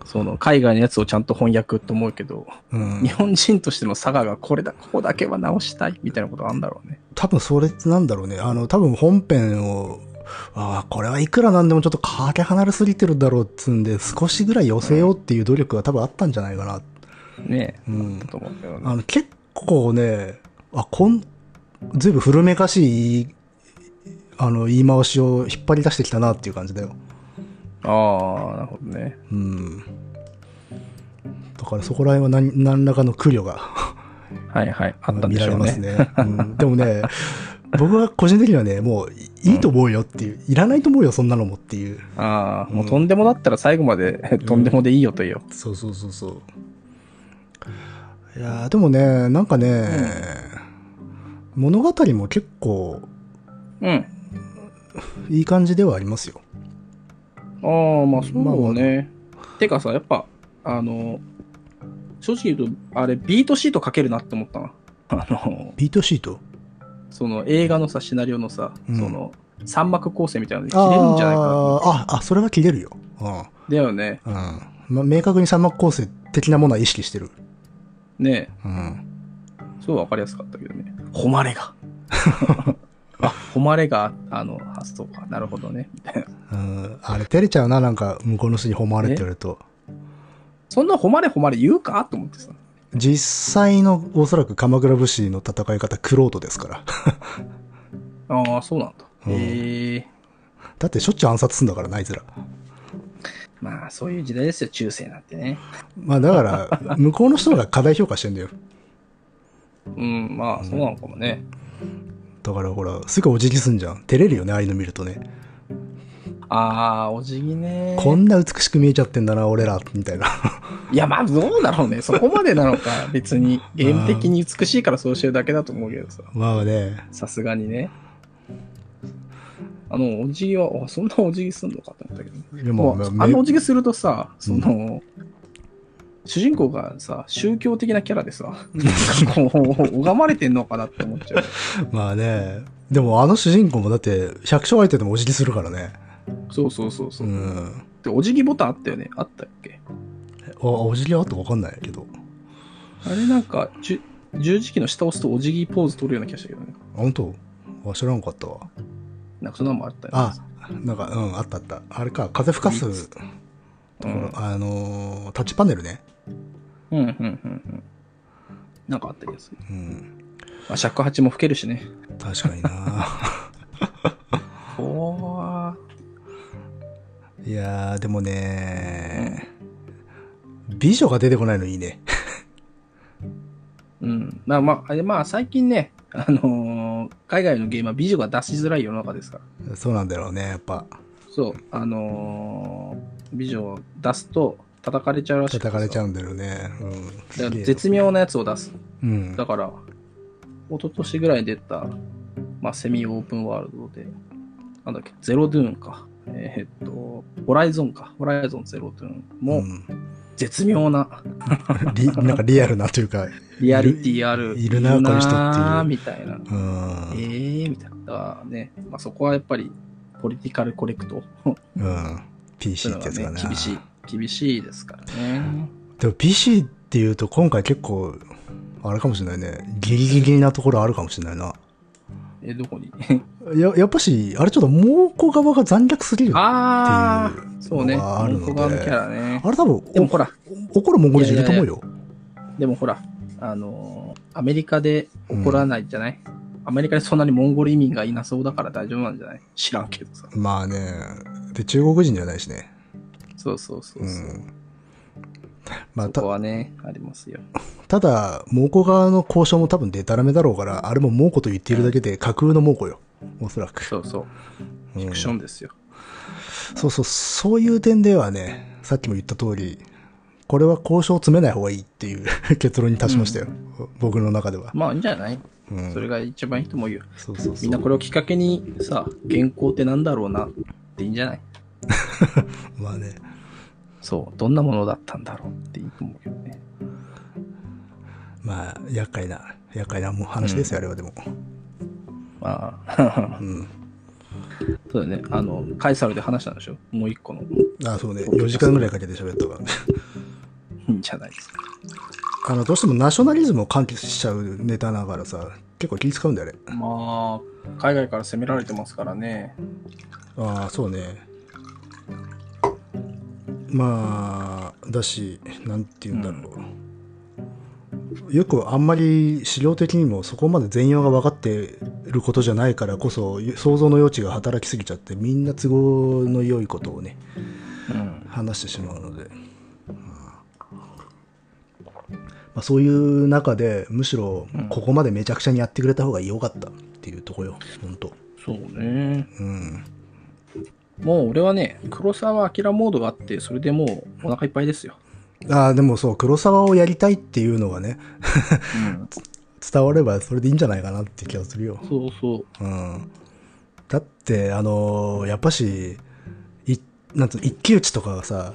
Speaker 1: その海外のやつをちゃんと翻訳と思うけど、
Speaker 2: うん
Speaker 1: 日、本人としての佐賀がこれだここだけは直したいみたいなことあるんだろうね
Speaker 2: 多分それなんだろうね。あの、多分本編を、ああ、これはいくらなんでもちょっとかけ離れすぎてるだろうっつうんで、少しぐらい寄せようっていう努力が多分あったんじゃないかな。
Speaker 1: ね
Speaker 2: うん
Speaker 1: え。と思うけどね
Speaker 2: あの、結構ね、あ、こん、ずいぶん古めかしい、あの、言い回しを引っ張り出してきたなっていう感じだよ。
Speaker 1: ああなるほどね
Speaker 2: うん。だからそこら辺は何何らかの苦慮が
Speaker 1: はいはいあったん
Speaker 2: 見
Speaker 1: で
Speaker 2: ら
Speaker 1: しょ
Speaker 2: れ
Speaker 1: う
Speaker 2: ま
Speaker 1: ね
Speaker 2: すね。うんでもね、 [LAUGHS] 僕は個人的にはね、もういいいと思うよっていう、いらないと思うよ、そんなのもっていう。
Speaker 1: ああ、もううんとんでもだったら最後まで、とんでもでいいよと言うよ。
Speaker 2: そうそうそうそう。いやーでもね、なんかね、物語も結構
Speaker 1: うん。
Speaker 2: いい感じではありますよ。
Speaker 1: ああ、まあそうね。てかさ、やっぱ、あの、正直言うと、あれ、ビートシートかけるなって思ったな。 [LAUGHS] あの、
Speaker 2: ビートシート
Speaker 1: その映画のさ、シナリオのさ、
Speaker 2: うん
Speaker 1: その、三幕構成みたいなので切れるんじゃないかな。
Speaker 2: あーあ、あそれは切れるよ。うん。うん。
Speaker 1: だよね。
Speaker 2: ま明確に三幕構成的なものは意識してる。
Speaker 1: ね
Speaker 2: うん。
Speaker 1: え、すごいわかりやすかったけどね。誉れが。 [LAUGHS] あ、誉れが、あの、発想か。なるほどね。みたいな。
Speaker 2: うん、あれ、照れちゃうな、なんか、向こうの人に誉れって言われると。
Speaker 1: そんな誉れ誉れ言うかと思ってさ。
Speaker 2: 実際の、おそらく鎌倉武士の戦い方、クロートですから。 [LAUGHS]
Speaker 1: ああ、そうなんだ。
Speaker 2: うん
Speaker 1: へえ。
Speaker 2: だってしょっちゅう暗殺すんだからな、あいつら。
Speaker 1: まあ、そういう時代ですよ、中世なんてね。
Speaker 2: まあ、だから、 [LAUGHS] 向こうの人が過大評価してんだよ。
Speaker 1: うん、まあ、そうなのかもね。
Speaker 2: だから、ほら、すぐお辞儀すんじゃん。照れるよね、ああいうの見るとね。
Speaker 1: ああ、お辞儀ね。
Speaker 2: こんな美しく見えちゃってんだな、俺ら、みたいな。 [LAUGHS]
Speaker 1: いや、まあ、どうだろうね。そこまでなのか、別に。ゲーム的に美しいからそうしてるだけだと思うけどさ。
Speaker 2: まあね。
Speaker 1: さすがにね。あの、お辞儀は、あそんなお辞儀すんのかと思ったけど。
Speaker 2: で
Speaker 1: もう、あのお
Speaker 2: め
Speaker 1: 辞儀するとさ、その、主人公がさ、宗教的なキャラでさ、なんかこう、拝まれてんのかなって思っちゃう。
Speaker 2: まあね。でもあの主人公もだって百姓相手でもお辞儀するからね。
Speaker 1: [LAUGHS] そうそうそうそうう。
Speaker 2: ん。
Speaker 1: でお辞儀ボタンあったよね。あったっけ
Speaker 2: おお辞儀はあってわかんないけど。
Speaker 1: あれなんか、じゅ十字キーの下を押すとお辞儀ポーズ取るような気がしたけどね。
Speaker 2: あ本当わ知らんかったわ。
Speaker 1: なんかそんなのもあったよね
Speaker 2: あ、なんか、うん、あったあった。あれか、風吹かすとこ
Speaker 1: う
Speaker 2: ろ、
Speaker 1: ん、
Speaker 2: あのー、タッチパネルね。
Speaker 1: うん、うん、うんうん。なんかあった気がする。
Speaker 2: うん。
Speaker 1: まあ、尺八も吹けるしね。
Speaker 2: 確か
Speaker 1: [LAUGHS]
Speaker 2: にな
Speaker 1: おー。
Speaker 2: いやー、でもね美女が出てこないのいいね。
Speaker 1: うん。まあまあ、あれまあ最近ね、あのー海外のゲームは美女が出しづらい世の中ですから。
Speaker 2: そうなんだろうね、やっぱ。
Speaker 1: そう、あのー美女を出すと叩かれちゃうらしい
Speaker 2: 叩かれちゃ
Speaker 1: う。
Speaker 2: うんだよね。うん。
Speaker 1: だから
Speaker 2: すげえ
Speaker 1: 絶妙なやつを出す。
Speaker 2: うん
Speaker 1: だ。から、一昨年ぐらいに出た、まあ、セミオープンワールドで、なんだっけ、ゼロドゥーンか、えーっと、ホライゾンか、ホライゾンゼロドゥーン
Speaker 2: う
Speaker 1: も
Speaker 2: ん、
Speaker 1: 絶妙な、
Speaker 2: リなんかリアルなというか、
Speaker 1: リアリティある、
Speaker 2: いるなこの人っていう
Speaker 1: なみたいな、
Speaker 2: うん。
Speaker 1: えー、みたいな。だからね、まあ、そこはやっぱり、ポリティカルコレクト、
Speaker 2: うん。
Speaker 1: そう
Speaker 2: PC
Speaker 1: いう
Speaker 2: ってやつ
Speaker 1: の
Speaker 2: が
Speaker 1: が
Speaker 2: ね。
Speaker 1: ね、厳しい。厳しいですからね。
Speaker 2: でも PC っていうと今回結構、あれかもしれないね。ギリギリなところあるかもしれないな。
Speaker 1: え、どこに
Speaker 2: や、やっぱし、あれちょっと猛虎側が残虐すぎる。
Speaker 1: ああ、そうね。
Speaker 2: のがあるので
Speaker 1: 向こう側のキャラね
Speaker 2: あ。れ多分、
Speaker 1: でもほら、
Speaker 2: お怒るモンゴリ人いると思うよ。
Speaker 1: でもほら、あのーアメリカで怒らないんじゃない、アメリカでそんなにモンゴル移民がいなそうだから大丈夫なんじゃない知らんけどさ。
Speaker 2: まあね。で、中国人じゃないしね。
Speaker 1: そうそうそう
Speaker 2: う
Speaker 1: そう。
Speaker 2: ん。まあ、
Speaker 1: そ
Speaker 2: た
Speaker 1: こ、はね、ありますよ。
Speaker 2: ただ、猛虎側の交渉も多分デタラメだろうから、あれも猛虎と言っているだけで架空の猛虎よ。おそらく。
Speaker 1: そうそう。
Speaker 2: うん
Speaker 1: フィクションですよ。
Speaker 2: そうそう、そういう点ではね、さっきも言った通り、これは交渉を詰めない方がいいっていう [LAUGHS] 結論に達しましたよ。僕の中では。
Speaker 1: まあいいんじゃない
Speaker 2: うん
Speaker 1: それが一番いいと思うよ。
Speaker 2: そうそうそう
Speaker 1: みんなこれをきっかけにさ、原稿ってなんだろうなっていいんじゃない
Speaker 2: まあね。
Speaker 1: そう、どんなものだったんだろうっていいと思うけどね。
Speaker 2: まあ、厄介な、厄介なもう話ですよ、あれはでも。
Speaker 1: まあ、 [LAUGHS]
Speaker 2: うん。
Speaker 1: そうだよね。あの、カイサルで話したんでしょもう一個の。
Speaker 2: あそうね。4時間ぐらいかけて喋った
Speaker 1: [LAUGHS]
Speaker 2: から。
Speaker 1: いいんじゃないですか。
Speaker 2: あの、どうしてもナショナリズムを喚起しちゃうネタだからさ、結構気使うんだよ、あれ。
Speaker 1: まあ、海外から攻められてますからね。
Speaker 2: ああ、そうね。まあ、だし、なんて言うんだろう。よくあんまり資料的にもそこまで全容が分かってることじゃないからこそ想像の余地が働きすぎちゃってみんな都合の良いことをね
Speaker 1: うん。
Speaker 2: 話してしまうので、うんまあ、そういう中でむしろ
Speaker 1: うん
Speaker 2: ここまでめちゃくちゃにやってくれた方が良かったっていうとこよ本当
Speaker 1: そうね。
Speaker 2: うん
Speaker 1: もう俺はね、黒沢明モードがあって、それでもうお腹いっぱいですよ。
Speaker 2: ああでもそう黒沢をやりたいっていうのがね
Speaker 1: うん。
Speaker 2: 伝わればそれでいいんじゃないかなって気がするよ。
Speaker 1: そうそう。
Speaker 2: うん、だってあのーやっぱしいなんつうの一騎打ちとかがさ、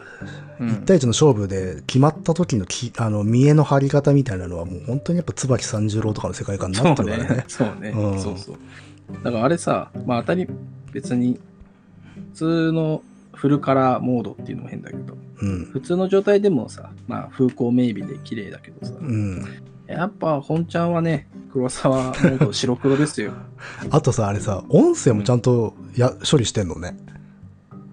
Speaker 1: うん
Speaker 2: 一対一の勝負で決まった時のきあの見えの張り方みたいなのはもう本当にやっぱ椿三十郎とかの世界観になってるからね。
Speaker 1: そうね。そう
Speaker 2: う
Speaker 1: ね。
Speaker 2: ん
Speaker 1: そうそう。だからあれさ、まあ当たり、別に、普通のフルカラーモードっていうのも変だけど、
Speaker 2: うん
Speaker 1: 普通の状態でもさ、まあ風光明媚で綺麗だけどさ、
Speaker 2: うん、
Speaker 1: やっぱ本ちゃんはね、黒沢モード白黒ですよ。
Speaker 2: あとさあれさ音声もちゃんとや処理してんのね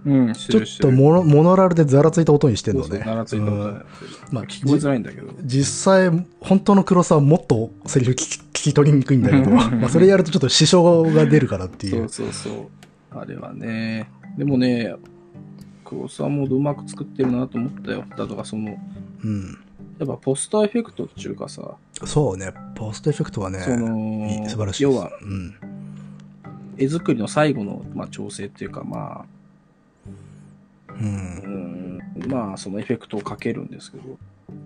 Speaker 1: うん、ち
Speaker 2: ちょっとモノモノラルでざらついた音にしてんのね
Speaker 1: 習ついたことない
Speaker 2: うんまあ
Speaker 1: 聞こえづらいんだけど。
Speaker 2: 実際本当の黒さはもっとセリフ聞き聞き取りにくいんだけど [LAUGHS] まあそれやるとちょっと支障が出るからってい
Speaker 1: そううそうそう。あれはね。でもね、黒沢モードうまく作ってるなと思ったよ。だとか、その、や
Speaker 2: うん、
Speaker 1: っぱポスターエフェクトっていうかさ、
Speaker 2: そうねポストエフェクトはね
Speaker 1: その
Speaker 2: いい素晴らしいで
Speaker 1: 要
Speaker 2: す
Speaker 1: は
Speaker 2: うん
Speaker 1: 絵作りの最後の、まあ、調整っていうかまあう
Speaker 2: う
Speaker 1: んんまあそのエフェクトをかけるんですけど、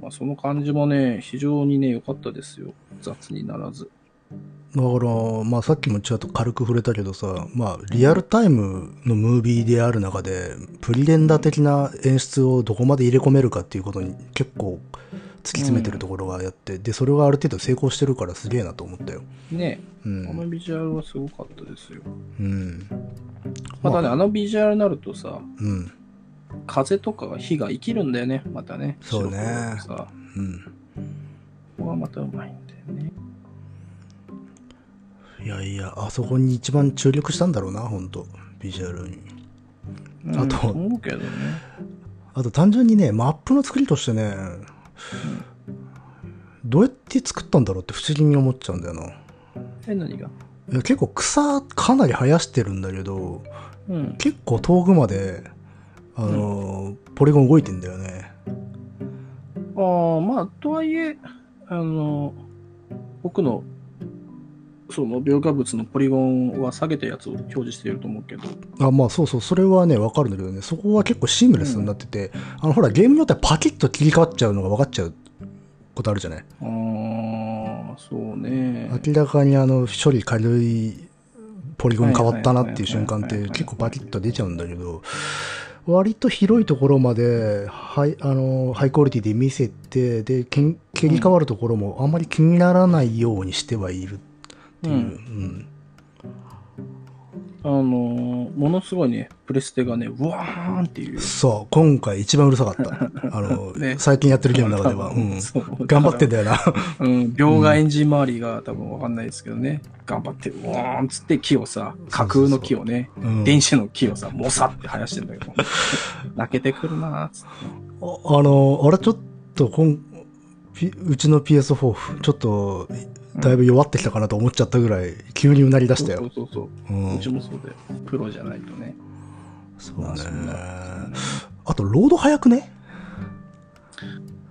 Speaker 1: まあ、その感じもね非常にね良かったですよ雑にならず
Speaker 2: だから、まあ、さっきもちょっと軽く触れたけどさ、まあ、リアルタイムのムービーである中でプリレンダー的な演出をどこまで入れ込めるかっていうことに結構突き詰めてるところがあって、でそれがある程度成功してるからすげえなと思ったよ。
Speaker 1: ね
Speaker 2: う
Speaker 1: あの
Speaker 2: ん、
Speaker 1: ビジュアルはすごかったですよ
Speaker 2: うん
Speaker 1: またねあのビジュアルになるとさ
Speaker 2: うん
Speaker 1: 風とか火が生きるんだよねまたね
Speaker 2: そうね
Speaker 1: 白黒でさ
Speaker 2: うん、
Speaker 1: ここはまたうまいんだよね
Speaker 2: いやいやあそこに一番注力したんだろうな本当ビジュアルに。
Speaker 1: うん
Speaker 2: あと
Speaker 1: 思うけどね
Speaker 2: あと単純にね、マップの作りとしてね、どうやって作ったんだろうって不思議に思っちゃうんだよな。い
Speaker 1: え何が
Speaker 2: や結構草かなり生やしてるんだけど、
Speaker 1: うん
Speaker 2: 結構遠くまで、あのー、ポリゴン動いてんだよね。
Speaker 1: ああ、まあ、とはいえ、あの、僕の、その、描画物のポリゴンは下げたやつを表示していると思うけど、
Speaker 2: あ、まあそうそう、それはね、わかるんだけどね、そこは結構シームレスになってて、あの、ほら、ゲームによってはパキッと切り替わっちゃうのが分かっちゃうことあるじゃない。
Speaker 1: ああ、そうね。
Speaker 2: [LAUGHS] 明らかにあの、処理軽いポリゴン変わったなっていう瞬間っ
Speaker 1: はい
Speaker 2: て
Speaker 1: はいはいはい
Speaker 2: 結構パキッと出ちゃうんだけど、割と広いところまで、はい、あの、ハイクオリティで見せて、で、けん切り替わるところもあんまり気にならないようにしてはいるっていう。
Speaker 1: う
Speaker 2: うんん。
Speaker 1: あのーものすごいね、プレステがね、うわーんっていう。
Speaker 2: そう、今回一番うるさかった。あの、
Speaker 1: [LAUGHS] ね
Speaker 2: 最近やってるゲームの中では。
Speaker 1: 多
Speaker 2: う
Speaker 1: 分 [LAUGHS]
Speaker 2: ん。
Speaker 1: そう
Speaker 2: 頑張ってんだよな。
Speaker 1: うん、描画エンジン周りが多分わかんないですけどね、頑張って、うわーんっつって木をさ、架空の木をね、
Speaker 2: うん
Speaker 1: 電子の木をさ、もさって生やしてんだけ
Speaker 2: [LAUGHS]
Speaker 1: ど、泣けてくるなーっつって。
Speaker 2: ああの、あれちょっとこん、ピうちの PS4、ちょっと、だいぶ弱ってきたかなと思っちゃったぐらい、急にうなり出した
Speaker 1: そう
Speaker 2: よ。
Speaker 1: そうそう
Speaker 2: う
Speaker 1: そう。うんち。もそうだよ。プロじゃないとね。
Speaker 2: そうね
Speaker 1: まあそんな。
Speaker 2: あと、ロード早くね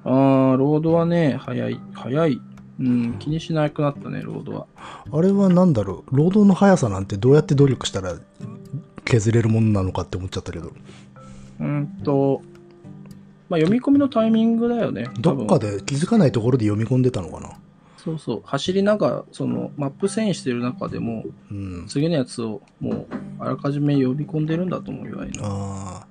Speaker 1: あー、ロードはね、早い、早い。うん、気にしなくなったね、ロードは。
Speaker 2: あれはなんだろう、労働の速さなんてどうやって努力したら削れるものなのかって思っちゃったけど、
Speaker 1: うーんと、まあ、読み込みのタイミングだよね。多
Speaker 2: ど
Speaker 1: 分
Speaker 2: っかで気づかないところで読み込んでたのかな。
Speaker 1: そうそう。走りながら、その、マップ遷移してる中でも、
Speaker 2: うん。
Speaker 1: 次のやつをもう、あらかじめ呼び込んでるんだと思うよ、ああいうの
Speaker 2: あ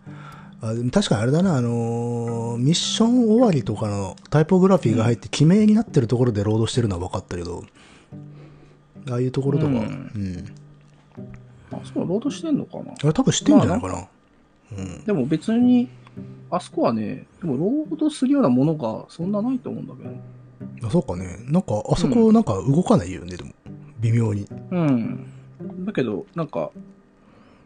Speaker 2: ーあ。でも確かにあれだな、あのーミッション終わりとかのタイポグラフィーが入って記名になってるところで労働してるのは分かったけど、ああいうところとか、う
Speaker 1: うん
Speaker 2: ん。
Speaker 1: あそこロードしてんのかな
Speaker 2: あれ多分知ってんじゃないかな。うん。
Speaker 1: でも別に、あそこはね、でもロードするようなものがそんなないと思うんだけどね。
Speaker 2: あ、そうかね。なんか、あそこなんか動かないよね、でも。微妙に。
Speaker 1: うん。だけど、なんか、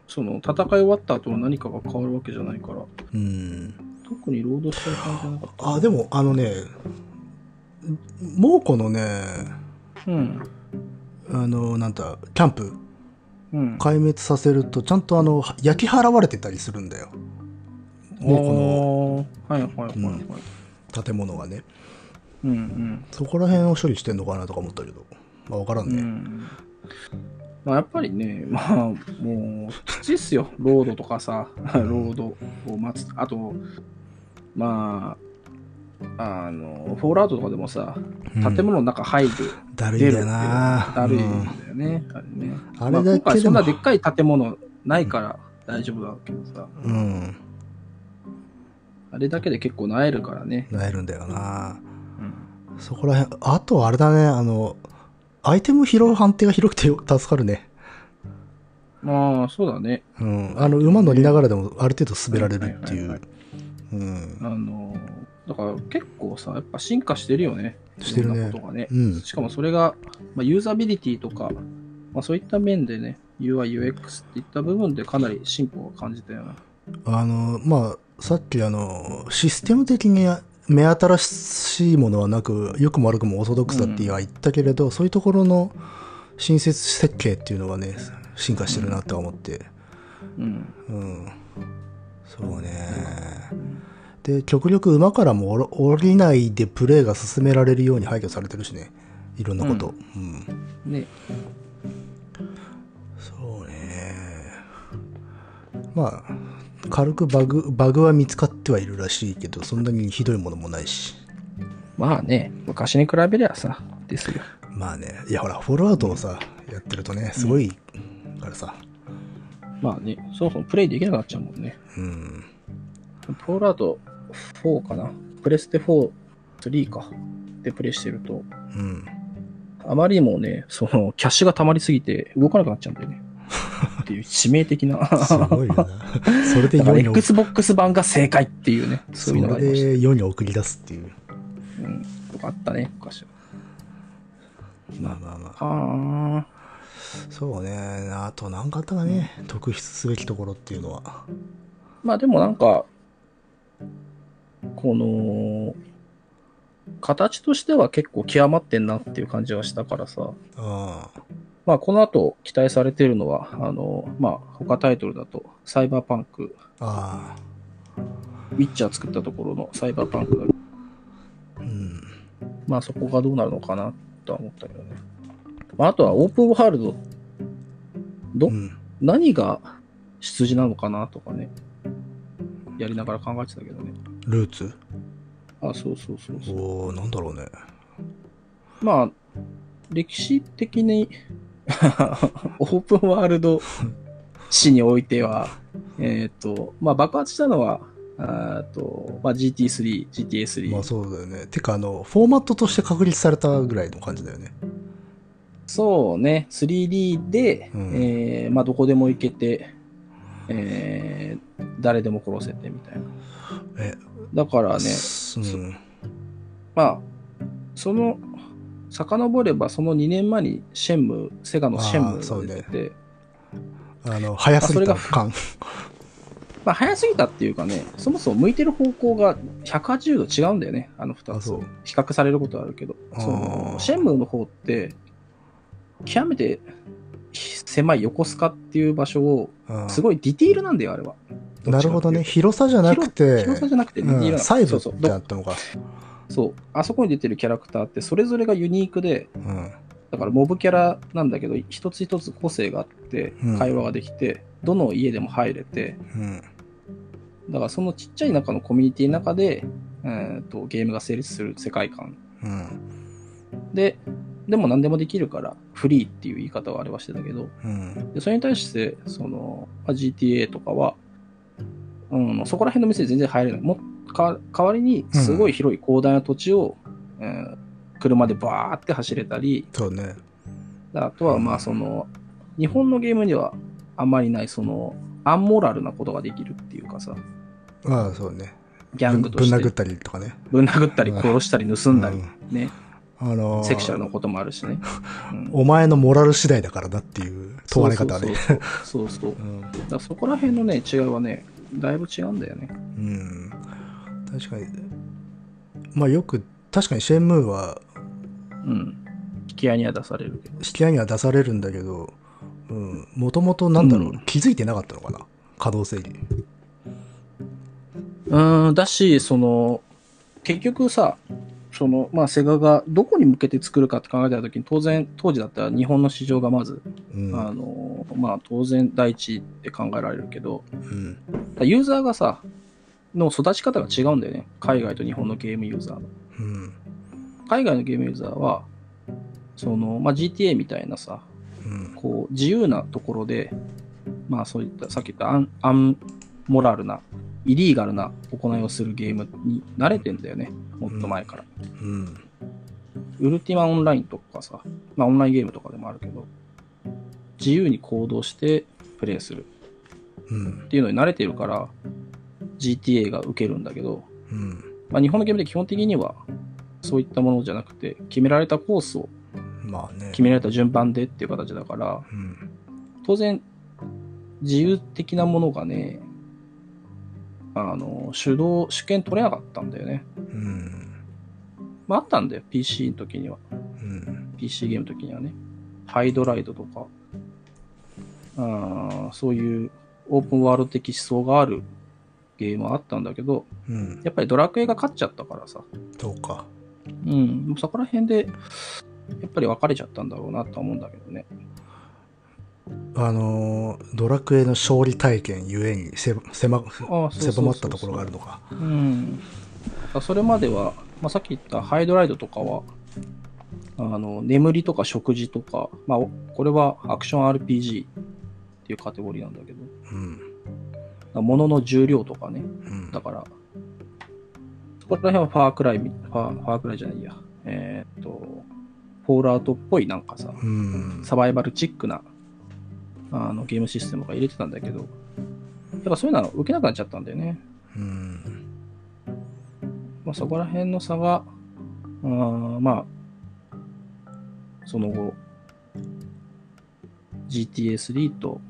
Speaker 1: その、戦い終わった後の何かが変わるわけじゃないから、
Speaker 2: うん。
Speaker 1: 特に労働したい感じじゃなかっ
Speaker 2: あ、でも、あのね、猛虎のね、
Speaker 1: た。うん。
Speaker 2: あの、なんだ、キャンプ、
Speaker 1: うん。
Speaker 2: 壊滅させると、ちゃんとあの、焼き払われてたりするんだよ。猛虎の
Speaker 1: おーはいはいはいはい。
Speaker 2: 建物がね。
Speaker 1: うんうん。
Speaker 2: そこら辺を処理してんのかなとか思ったけど、まあ、わからん
Speaker 1: う
Speaker 2: ね。
Speaker 1: ん。まあやっぱりね、まあもうきついっすよ、ロードとかさ、ロードを待つ、あと、まあ、あの、フォールアウトとかでもさ、
Speaker 2: うん
Speaker 1: 建物の中入る、
Speaker 2: だるい
Speaker 1: 出
Speaker 2: ん
Speaker 1: る
Speaker 2: だ
Speaker 1: っていうのがだ
Speaker 2: よな
Speaker 1: るい
Speaker 2: うん
Speaker 1: んだよね、あれね。
Speaker 2: あ
Speaker 1: ま
Speaker 2: れ
Speaker 1: あ
Speaker 2: だ
Speaker 1: 今
Speaker 2: け
Speaker 1: 回
Speaker 2: で
Speaker 1: そん
Speaker 2: も
Speaker 1: な、でっかい建物ないから大丈夫だけどさ、
Speaker 2: うん、
Speaker 1: あれだけで結構なえるからね。
Speaker 2: なえるんだよ
Speaker 1: う
Speaker 2: な。
Speaker 1: ん
Speaker 2: そこら辺、あとあれだね、あの、アイテム拾う判定が広くてよ助かるね。
Speaker 1: まあ、そうだね。
Speaker 2: うん、あの馬乗りながらでもある程度滑られるってい
Speaker 1: はいうは。
Speaker 2: うん。
Speaker 1: あの、だから結構さ、やっぱ進化してるよね。
Speaker 2: してるね
Speaker 1: いろんなことがね。
Speaker 2: うん。
Speaker 1: しかもそれが、まあ、ユーザビリティとか、まあ、そういった面でね、UI、UX っていった部分でかなり進歩を感じたよな。
Speaker 2: あの、まあ、さっきあの、システム的に目新しいものはなく、良くも悪くもオーソドックスだっては言ったけれど、そういうところの親切設計っていうのはね、進化してるなとは思って。
Speaker 1: うん。
Speaker 2: うん。そうね。で、極力馬からも降ろ降りないでプレイが進められるように配慮されてるしね。いろんなこと。うん
Speaker 1: ね。
Speaker 2: そうね。まあ、軽くバグ、バグは見つかってはいるらしいけど、そんなにひどいものもないし。
Speaker 1: まあね、昔に比べりゃさ、ですよ。
Speaker 2: まあね、いやほら、フォローアウトをさ、やってるとね、すごい、からさ、
Speaker 1: まあね、そもそもプレイできなくなっちゃうもんね。
Speaker 2: うん。
Speaker 1: ポールアウト4かな。プレステ4、3か。でプレイしてると、
Speaker 2: うん。
Speaker 1: あまりにもね、その、キャッシュが溜まりすぎて動かなくなっちゃうんだよ [LAUGHS] ね。っていう致命的な。
Speaker 2: す
Speaker 1: [LAUGHS]
Speaker 2: ごいよな。それで
Speaker 1: だか
Speaker 2: 世
Speaker 1: ら
Speaker 2: に送、
Speaker 1: Xbox 版が正解っていうね、
Speaker 2: そ
Speaker 1: そういうのがあ
Speaker 2: れ
Speaker 1: りまし
Speaker 2: で世に送り出すっていう。
Speaker 1: た。うん。とかあったね、昔は。
Speaker 2: まあまあまあ。
Speaker 1: あ
Speaker 2: そうね。あと、なんかあったかね。特筆すべきところっていうのは。
Speaker 1: まあでもなんか、この、形としては結構極まってんなっていう感じはしたからさ。
Speaker 2: ああ。
Speaker 1: まあこの後期待されてるのは、あの、まあ他タイトルだと、サイバーパンク、
Speaker 2: あ
Speaker 1: ウィッチャー作ったところのサイバーパンクだ
Speaker 2: あ。うん。
Speaker 1: まあそこがどうなるのかなとは思ったけどね。まああとはオープンワールド、ど
Speaker 2: うん。
Speaker 1: 何が出自なのかなとかね、やりながら考えてたけどね。
Speaker 2: ルーツ
Speaker 1: あ、そうそうそうそう。
Speaker 2: おー、なんだろうね。
Speaker 1: まあ、歴史的に [LAUGHS] オープンワールド史においては、えっ、と、まあ爆発したのは、あーとまあ、GT3、GTA3、
Speaker 2: まあそうだよね。てか、あの、フォーマットとして確立されたぐらいの感じだよね。
Speaker 1: そうね、3D で、
Speaker 2: うん
Speaker 1: えーまあ、どこでも行けて、えー誰でも殺せてみたいな。
Speaker 2: え、
Speaker 1: だからね、
Speaker 2: うん。
Speaker 1: まあ、その、遡ればその2年前にシェンムー、セガのシェンムーが出てて、
Speaker 2: あの、早すぎた
Speaker 1: あそれが
Speaker 2: 感。
Speaker 1: まあ、早すぎたっていうかね、そもそも向いてる方向が180度違うんだよね、あの2
Speaker 2: あ、
Speaker 1: つ
Speaker 2: そ。う。
Speaker 1: 比較されることはあるけど、
Speaker 2: あー
Speaker 1: そのシェンムーの方って、極めて狭い横須賀っていう場所を、
Speaker 2: あー
Speaker 1: すごいディティールなんだよ、あれは。
Speaker 2: なるほどね。
Speaker 1: っちかっていうと。
Speaker 2: 広さじゃなくて、
Speaker 1: 広さじゃなくてディティールな
Speaker 2: う
Speaker 1: の
Speaker 2: ん、サイズ
Speaker 1: そう
Speaker 2: っ
Speaker 1: そう
Speaker 2: てあったのか。
Speaker 1: そう。あそこに出てるキャラクターって、それぞれがユニークで、
Speaker 2: うん。
Speaker 1: だからモブキャラなんだけど、一つ一つ個性があって
Speaker 2: うん、
Speaker 1: 会話ができて、どの家でも入れて、
Speaker 2: うん。
Speaker 1: だからそのちっちゃい中のコミュニティの中で、えーとゲームが成立する世界観
Speaker 2: うん。
Speaker 1: で、でも何でもできるから、フリーっていう言い方をあれはしてたけど、
Speaker 2: うん。
Speaker 1: でそれに対して、その、まあ GTA とかは、うん、そこら辺の店に全然入れない。もか代わりに、すごい広い広大な土地を、うん車でバーって走れたり、
Speaker 2: そうね。
Speaker 1: あとは、まあ、その、日本のゲームにはあまりない、その、アンモラルなことができるっていうかさ、
Speaker 2: ああ、そうね。
Speaker 1: ギャ
Speaker 2: ぶ
Speaker 1: ン
Speaker 2: ん
Speaker 1: グと
Speaker 2: ぶ
Speaker 1: し
Speaker 2: ん殴ってたりとかね。
Speaker 1: ぶん殴ったり殺したり盗んだり
Speaker 2: うん、
Speaker 1: ね、
Speaker 2: あのー
Speaker 1: セクシャルなこともあるしね。うん
Speaker 2: お前のモラル次第だからだっていう問われ方
Speaker 1: そ
Speaker 2: ね。
Speaker 1: うそうそうそうそうそう。
Speaker 2: うん
Speaker 1: だからそこら辺のね、違いはね、だいぶ違うんだよね。
Speaker 2: うん。確かに。まあよく、確かにシェンムーは
Speaker 1: うん。引き合いには出されるけど。
Speaker 2: 引き合いには出されるんだけど、うん。もともとなんだろう、
Speaker 1: うん
Speaker 2: 気づいてなかったのかな可動性に。
Speaker 1: うーん、だし、その、結局さ、その、まあ、セガがどこに向けて作るかって考えたときに、当然、当時だったら日本の市場がまず、
Speaker 2: うん。
Speaker 1: あの、まあ、当然第一って考えられるけど、
Speaker 2: うん。
Speaker 1: だユーザーがさ、の育ち方が違うんだよね。海外と日本のゲームユーザーの。
Speaker 2: うん。
Speaker 1: 海外のゲームユーザーは、その、まあ、GTA みたいなさ、
Speaker 2: うん。
Speaker 1: こう、自由なところで、まあそういった、さっき言ったアン、アンモラルな、イリーガルな行いをするゲームに慣れてんだよね。もっと前から。
Speaker 2: うん。
Speaker 1: ウルティマオンラインとかさ、まあオンラインゲームとかでもあるけど、自由に行動してプレイする
Speaker 2: うん
Speaker 1: っ。ていうのに慣れてるから、GTA が受けるんだけど、
Speaker 2: うん。
Speaker 1: まあ日本のゲームで基本的には、そういったものじゃなくて、決められたコースを
Speaker 2: まあね。
Speaker 1: 決められた順番でっていう形だから、
Speaker 2: うん。
Speaker 1: 当然、自由的なものがね、あの、主導、主権取れなかったんだよね。
Speaker 2: うん。
Speaker 1: まあ、あったんだよ。PC の時には。
Speaker 2: うん。
Speaker 1: PC ゲームの時にはね。ハイドライドとか、あーそういうオープンワールド的思想があるゲームはあったんだけど、
Speaker 2: うん。
Speaker 1: やっぱりドラクエが勝っちゃったからさ。
Speaker 2: そうか。
Speaker 1: うん。もうそこら辺で、やっぱり分かれちゃったんだろうなとは思うんだけどね。
Speaker 2: あのードラクエの勝利体験ゆえにせ狭
Speaker 1: ああ、そうそうそうそう
Speaker 2: 狭まったところがあるのか。
Speaker 1: うん、それまでは、まあ、さっき言ったハイドライドとかはあの眠りとか食事とか、まあ、おこれはアクション RPG っていうカテゴリーなんだけど
Speaker 2: うん。
Speaker 1: だ物の重量とかね
Speaker 2: うん
Speaker 1: だ。からそこら辺はファークライみファーファークライじゃないやえーっとフォールアウトっぽいなんかさ
Speaker 2: うん。
Speaker 1: サバイバルチックなあのゲームシステムが入れてたんだけどやっぱそういうのは受けなくなっちゃったんだよね
Speaker 2: うん。
Speaker 1: まあ、そこら辺の差が、あーまあ、その後、GTA3 と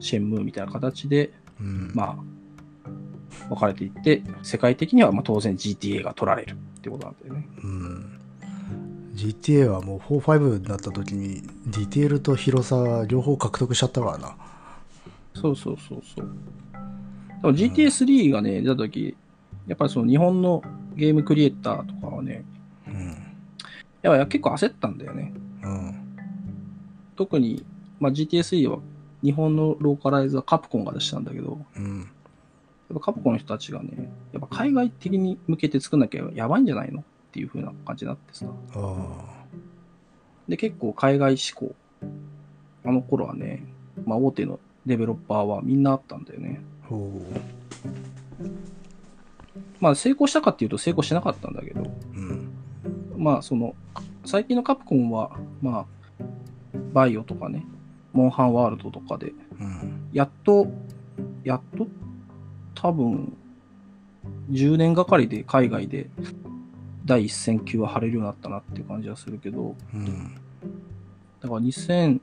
Speaker 1: シェンムーみたいな形で、
Speaker 2: うん。
Speaker 1: まあ、分かれていって、世界的にはまあ当然 GTA が取られるってことなんだよね。
Speaker 2: うん。GTA はもう4、5になった時にディテールと広さ両方獲得しちゃったからな。
Speaker 1: そうそうそうそう。でも GTA3 がね、出た時やっぱりその日本のゲームクリエイターとかはね、
Speaker 2: うん。
Speaker 1: やっぱ結構焦ったんだよね。
Speaker 2: うん。
Speaker 1: 特に、まあ、GTS3 は日本のローカライズはカプコンが出したんだけど、や
Speaker 2: うん。
Speaker 1: っぱカプコンの人たちがね、やっぱ海外的に向けて作んなきゃやばいんじゃないのっていう風な感じになってさ。
Speaker 2: ああ。
Speaker 1: で、結構海外志向。あの頃はね、まあ大手のデベロッパーはみんなあったんだよね。
Speaker 2: ほ
Speaker 1: まあ成功したかっていうと成功しなかったんだけど、
Speaker 2: う。うん。
Speaker 1: まあその、最近のカプコンは、まあ、バイオとかね、モンハンワールドとかで、
Speaker 2: うん。
Speaker 1: やっと、やっと、多分、10年がかりで海外で第一線級は張れるようになったなっていう感じはするけど、
Speaker 2: うん。
Speaker 1: だから2010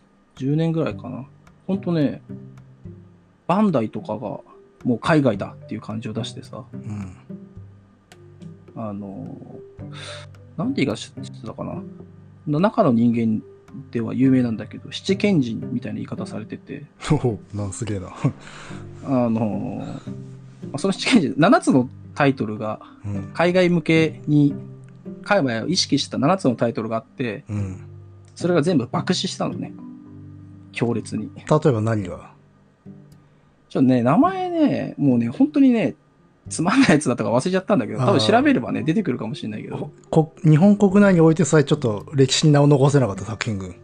Speaker 1: 年ぐらいかな。ほんとね、バンダイとかがもう海外だっていう感じを出してさ、
Speaker 2: うん。
Speaker 1: あの、なんて言い方してたかな。の中の人間では有名なんだけど、七賢人みたいな言い方されてて、
Speaker 2: おお、なんすげえな。
Speaker 1: あの、まあその七賢人、7つのタイトルが、
Speaker 2: うん。
Speaker 1: 海外向けに、海外を意識した7つのタイトルがあって、
Speaker 2: うん。
Speaker 1: それが全部爆死したのね。強烈に。
Speaker 2: 例えば何が
Speaker 1: ちょっとね、名前ね、もうね、本当にね、つまんないやつだったか忘れちゃったんだけど、多分調べればね、出てくるかもしれないけど、
Speaker 2: こ日本国内においてさえちょっと歴史に名を残せなかった作品群。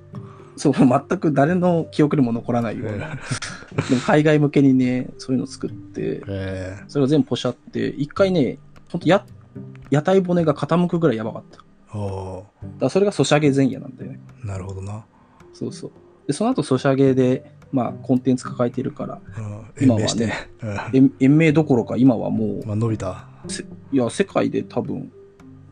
Speaker 1: そう、全く誰の記憶にも残らないような。でも海外向けにね、そういうの作って、
Speaker 2: え
Speaker 1: それを全部ポシャって、一回ね、ほんとや、屋台骨が傾くぐらいやばかった。だか
Speaker 2: ー、お
Speaker 1: らそれがソシャゲ前夜なんだよね。
Speaker 2: ーなるほどな。
Speaker 1: そうそう。で、その後ソシャゲで、まあ、コンテンツ抱えてるから、
Speaker 2: うん、延
Speaker 1: 今は
Speaker 2: 命して。
Speaker 1: ね
Speaker 2: うん
Speaker 1: 延延命どころか今はも
Speaker 2: まあ、伸びた。
Speaker 1: う、いや、世界で多分、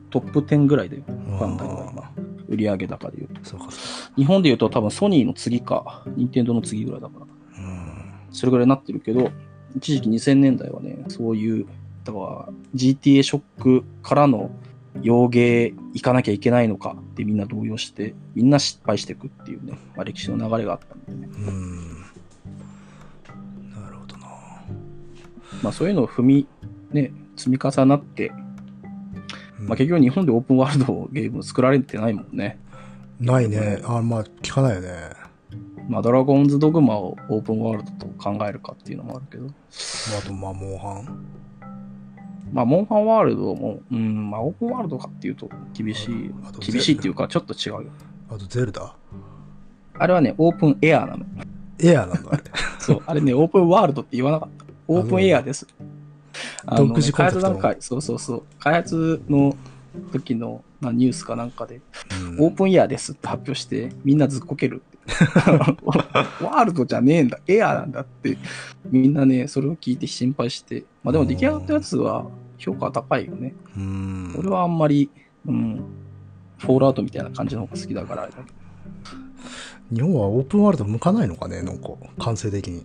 Speaker 1: トップ10ぐらいだよ。
Speaker 2: バ
Speaker 1: バンダイは今、売上高で言うと。
Speaker 2: そうかそ
Speaker 1: 日本で言うと多分ソニーの次か、任天堂の次ぐらいだから。
Speaker 2: うか。うん。
Speaker 1: それぐらいになってるけど、一時期2000年代はね、そういう、だから GTA ショックからの洋芸行かなきゃいけないのかってみんな動揺して、みんな失敗していくっていうね、まあ、歴史の流れがあったんでね。
Speaker 2: うん。なるほどな。
Speaker 1: まあそういうのを踏み、ね、積み重なって、
Speaker 2: うん
Speaker 1: まあ結局日本でオープンワールドゲーム作られてないもんね。
Speaker 2: ないね。あまあ、聞かないよね。
Speaker 1: まあドラゴンズドグマをオープンワールドと考えるかっていうのもあるけど。
Speaker 2: まあ、あと、まあ、モンハン。
Speaker 1: まあ、モンハンワールドも、うん、まあ、オープンワールドかっていうと厳しい
Speaker 2: あと、
Speaker 1: 厳しいっていうか、ちょっと違うよ。
Speaker 2: あと、ゼルダ。
Speaker 1: あれはね、オープンエアなの。
Speaker 2: エアなんだ、あれ。
Speaker 1: そう、あれね、オープンワールドって言わなかった。オープンエアです。あのね
Speaker 2: 独自コン
Speaker 1: 開発
Speaker 2: セプトの
Speaker 1: 段階、そうそうそう、開発の時のなニュースかなんかで、
Speaker 2: うん
Speaker 1: オープンエアですって発表して、みんなずっこけるって。 [LAUGHS] ワールドじゃねえんだ、エアなんだって、みんなね、それを聞いて心配して、まあでも出来上がったやつは評価高いよね。
Speaker 2: うん。
Speaker 1: 俺はあんまり、うん、フォールアウトみたいな感じの方が好きだからあれだけど、
Speaker 2: 日本はオープンワールド向かないのかね、なんか、完成的に。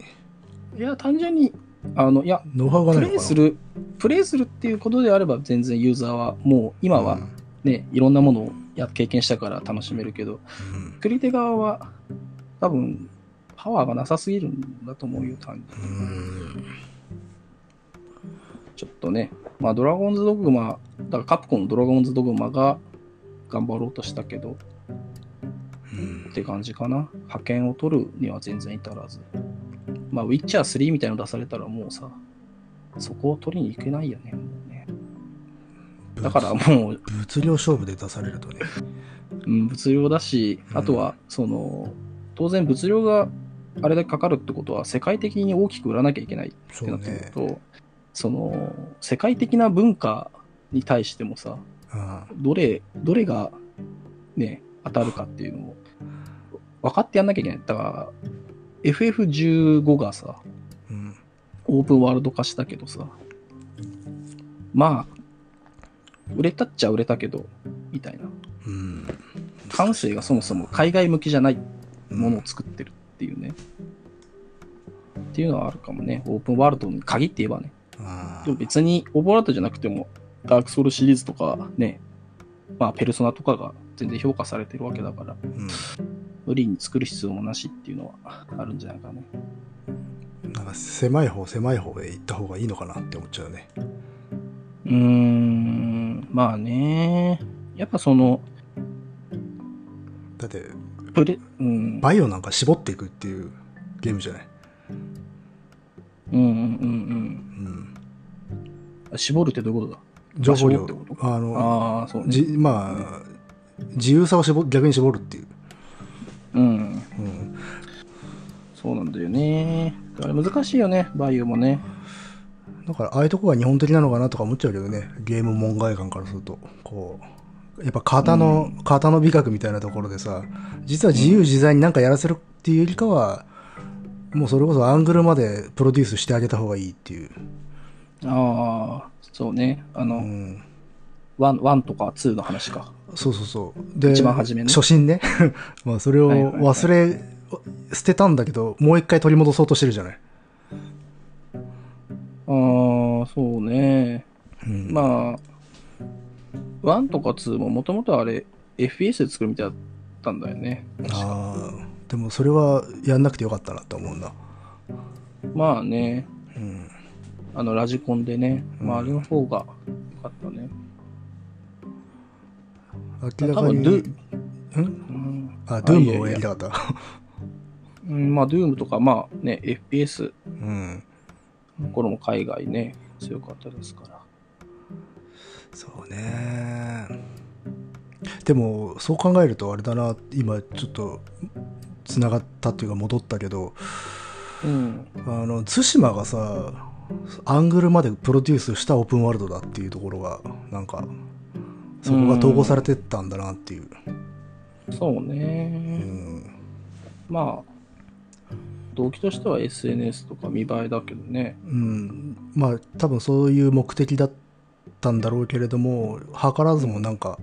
Speaker 1: いや、単純に、あの、いや、
Speaker 2: ノウハウが
Speaker 1: プ
Speaker 2: ないのかな。
Speaker 1: レイする、プレイするっていうことであれば、全然ユーザーは、もう今
Speaker 2: う
Speaker 1: は
Speaker 2: ん
Speaker 1: ね、いろんなものをや経験したから楽しめるけど、作り手側は、多分、パワーがなさすぎるんだと思うよ、単に。
Speaker 2: うん。うん
Speaker 1: ちょっとね、まあ、ドラゴンズドグマ、だからカプコンのドラゴンズドグマが頑張ろうとしたけど、
Speaker 2: うん
Speaker 1: って感じかな。派遣を取るには全然至らず。まあ、ウィッチャー3みたいの出されたらもうさ、そこを取りに行けないよね。もうねだからもう、
Speaker 2: 物量勝負で出されるとね。
Speaker 1: うん、物量だし、
Speaker 2: うん
Speaker 1: あとは、その、当然物量があれだけかかるってことは、世界的に大きく売らなきゃいけないっ
Speaker 2: そ
Speaker 1: てな
Speaker 2: う
Speaker 1: ってくる
Speaker 2: ね。
Speaker 1: と、その、世界的な文化に対してもさ、
Speaker 2: うん
Speaker 1: どれ、どれがね、当たるかっていうのを分かってやんなきゃいけない。だから、FF15 がさ、
Speaker 2: うん。
Speaker 1: オープンワールド化したけどさ、まあ、売れたっちゃ売れたけど、みたいな。
Speaker 2: うん。
Speaker 1: 感性がそもそも海外向きじゃないものを作ってるっていうね。っていうのはあるかもね。オープンワールドに限って言えばね。
Speaker 2: うん
Speaker 1: でも別にオーバーワールドじゃなくても、ダークソウルシリーズとかね、まあペルソナとかが全然評価されてるわけだから、
Speaker 2: う
Speaker 1: 無理に作る必要もなしっていうのはあるんじゃないかね。
Speaker 2: ん。なんか狭い方狭い方へ行った方がいいのかなって思っちゃうね。
Speaker 1: うーん、まあね。やっぱその、
Speaker 2: だって、
Speaker 1: プレ、うん、
Speaker 2: バイオなんか絞っていくっていうゲームじゃない。
Speaker 1: うんうんうん
Speaker 2: うん。
Speaker 1: うん。絞るってどういうことだ
Speaker 2: 情報
Speaker 1: 絞
Speaker 2: 量
Speaker 1: るってこ。
Speaker 2: あの、
Speaker 1: ああ、そうね。
Speaker 2: じまあ、自由さを絞逆に絞るっていう。
Speaker 1: うん。
Speaker 2: うん。
Speaker 1: そうなんだよね。あれ難しいよね、バイオもね。
Speaker 2: だから、ああいうとこが日本的なのかなとか思っちゃうけどね。ゲーム門外観からすると。こう、やっぱ型の、型の美学みたいなところでさ、実は自由自在になんかやらせるっていうよりかは、もうそれこそアングルまでプロデュースしてあげた方がいいっていう。
Speaker 1: ああ、そうね。あ
Speaker 2: う
Speaker 1: の、
Speaker 2: ん。
Speaker 1: ワンワンとかツーの話か。
Speaker 2: そうそうそう。で、
Speaker 1: 一番初めね
Speaker 2: 初心ね。 [LAUGHS] まあそれを
Speaker 1: はいはいはい
Speaker 2: 忘れ、捨てたんだけど、もう一回取り戻そうとしてるじゃない。
Speaker 1: ああ、そうね。
Speaker 2: うん
Speaker 1: まあ、ワンとかツーももともとあれ、FES で作るみたいだったんだよね。
Speaker 2: あーでもそれはやんなくてよかったなと思うな。
Speaker 1: まあね、
Speaker 2: うん。
Speaker 1: あの、ラジコンでね、
Speaker 2: うん
Speaker 1: まあ、あれの方が良かったね。
Speaker 2: 明らか
Speaker 1: 多分
Speaker 2: に。ん
Speaker 1: うん、
Speaker 2: あ、ドゥー
Speaker 1: あいやい
Speaker 2: ムを
Speaker 1: や
Speaker 2: やりたかった。 [LAUGHS]
Speaker 1: うんまあ、Doom とか、まあね、FPS
Speaker 2: うん。
Speaker 1: の頃も海外ね、強かったですから。
Speaker 2: そうねでもそう考えるとあれだな今ちょっとつながったっていうか戻ったけど
Speaker 1: うん。
Speaker 2: あの対馬がさアングルまでプロデュースしたオープンワールドだっていうところがなんかそこが統合されてったんだなっていう、
Speaker 1: そう
Speaker 2: う
Speaker 1: ね。
Speaker 2: ん
Speaker 1: まあ、動機としては SNS とか見栄えだけどね。
Speaker 2: うん、まあ多分そういう目的だったんだろうけれども図らずもなんか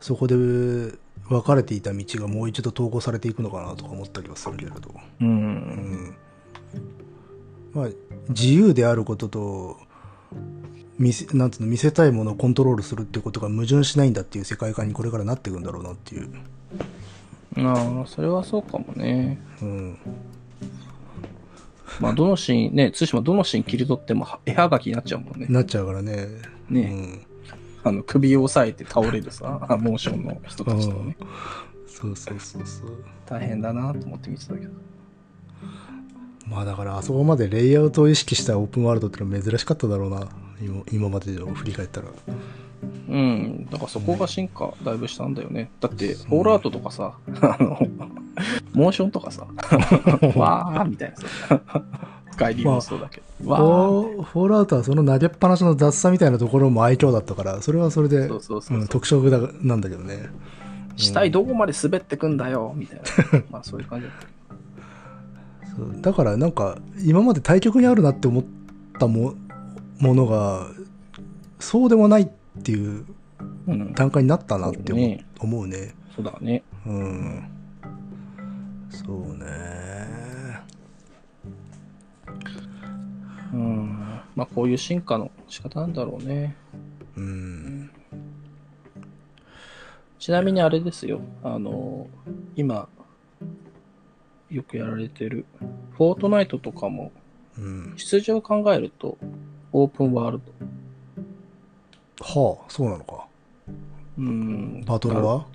Speaker 2: そこで分かれていた道がもう一度統合されていくのかなとか思ったりはするけれど。
Speaker 1: う。
Speaker 2: うんんまあ、自由であることと見せなんつうの見せたいものをコントロールするってことが矛盾しないんだっていう世界観にこれからなっていくんだろうなっていう、
Speaker 1: ああ、それはそうかもね。
Speaker 2: うん、
Speaker 1: まあ、どのシーン、ね、対馬どのシーン切り取ってもは絵はがきになっちゃうもんね。
Speaker 2: なっちゃうからね
Speaker 1: ね
Speaker 2: うん、
Speaker 1: あの、首を押さえて倒れるさ、あモーションの人たちとかね。
Speaker 2: そうそうそうそう
Speaker 1: 大変だなと思って見てたけど。
Speaker 2: まあだからあそこまでレイアウトを意識したオープンワールドってのは珍しかっただろうな今今までを振り返ったら
Speaker 1: うん。だからそこが進化だいぶしたんだよね。だって、ホールアウトとかさ、あの、モーションとかさ、 [LAUGHS] わーみたいなさ。外輪もそうだけど。わー
Speaker 2: フォーフォールアウトはその投げっぱなしの雑さみたいなところも愛嬌だったからそれはそれ
Speaker 1: そ
Speaker 2: で
Speaker 1: うそうそうそう
Speaker 2: うん特色だなんだけどね
Speaker 1: 死体どこまで滑ってくんだよみたい [LAUGHS] な。まあそういう感じだった。
Speaker 2: そうだからなんか今まで対局にあるなって思ったもものがそうでもないっていう
Speaker 1: うん。
Speaker 2: 段階になったなって思う,、
Speaker 1: そうね
Speaker 2: 思うね
Speaker 1: そうだね。
Speaker 2: うんそうね
Speaker 1: うん。まあこういう進化の仕方なんだろうね。
Speaker 2: うん
Speaker 1: ちなみにあれですよ。あの、今、よくやられてる、フォートナイトとかも、
Speaker 2: うん
Speaker 1: 出場を考えると、オープンワールド。
Speaker 2: はあそうなのか
Speaker 1: うん。
Speaker 2: バトルは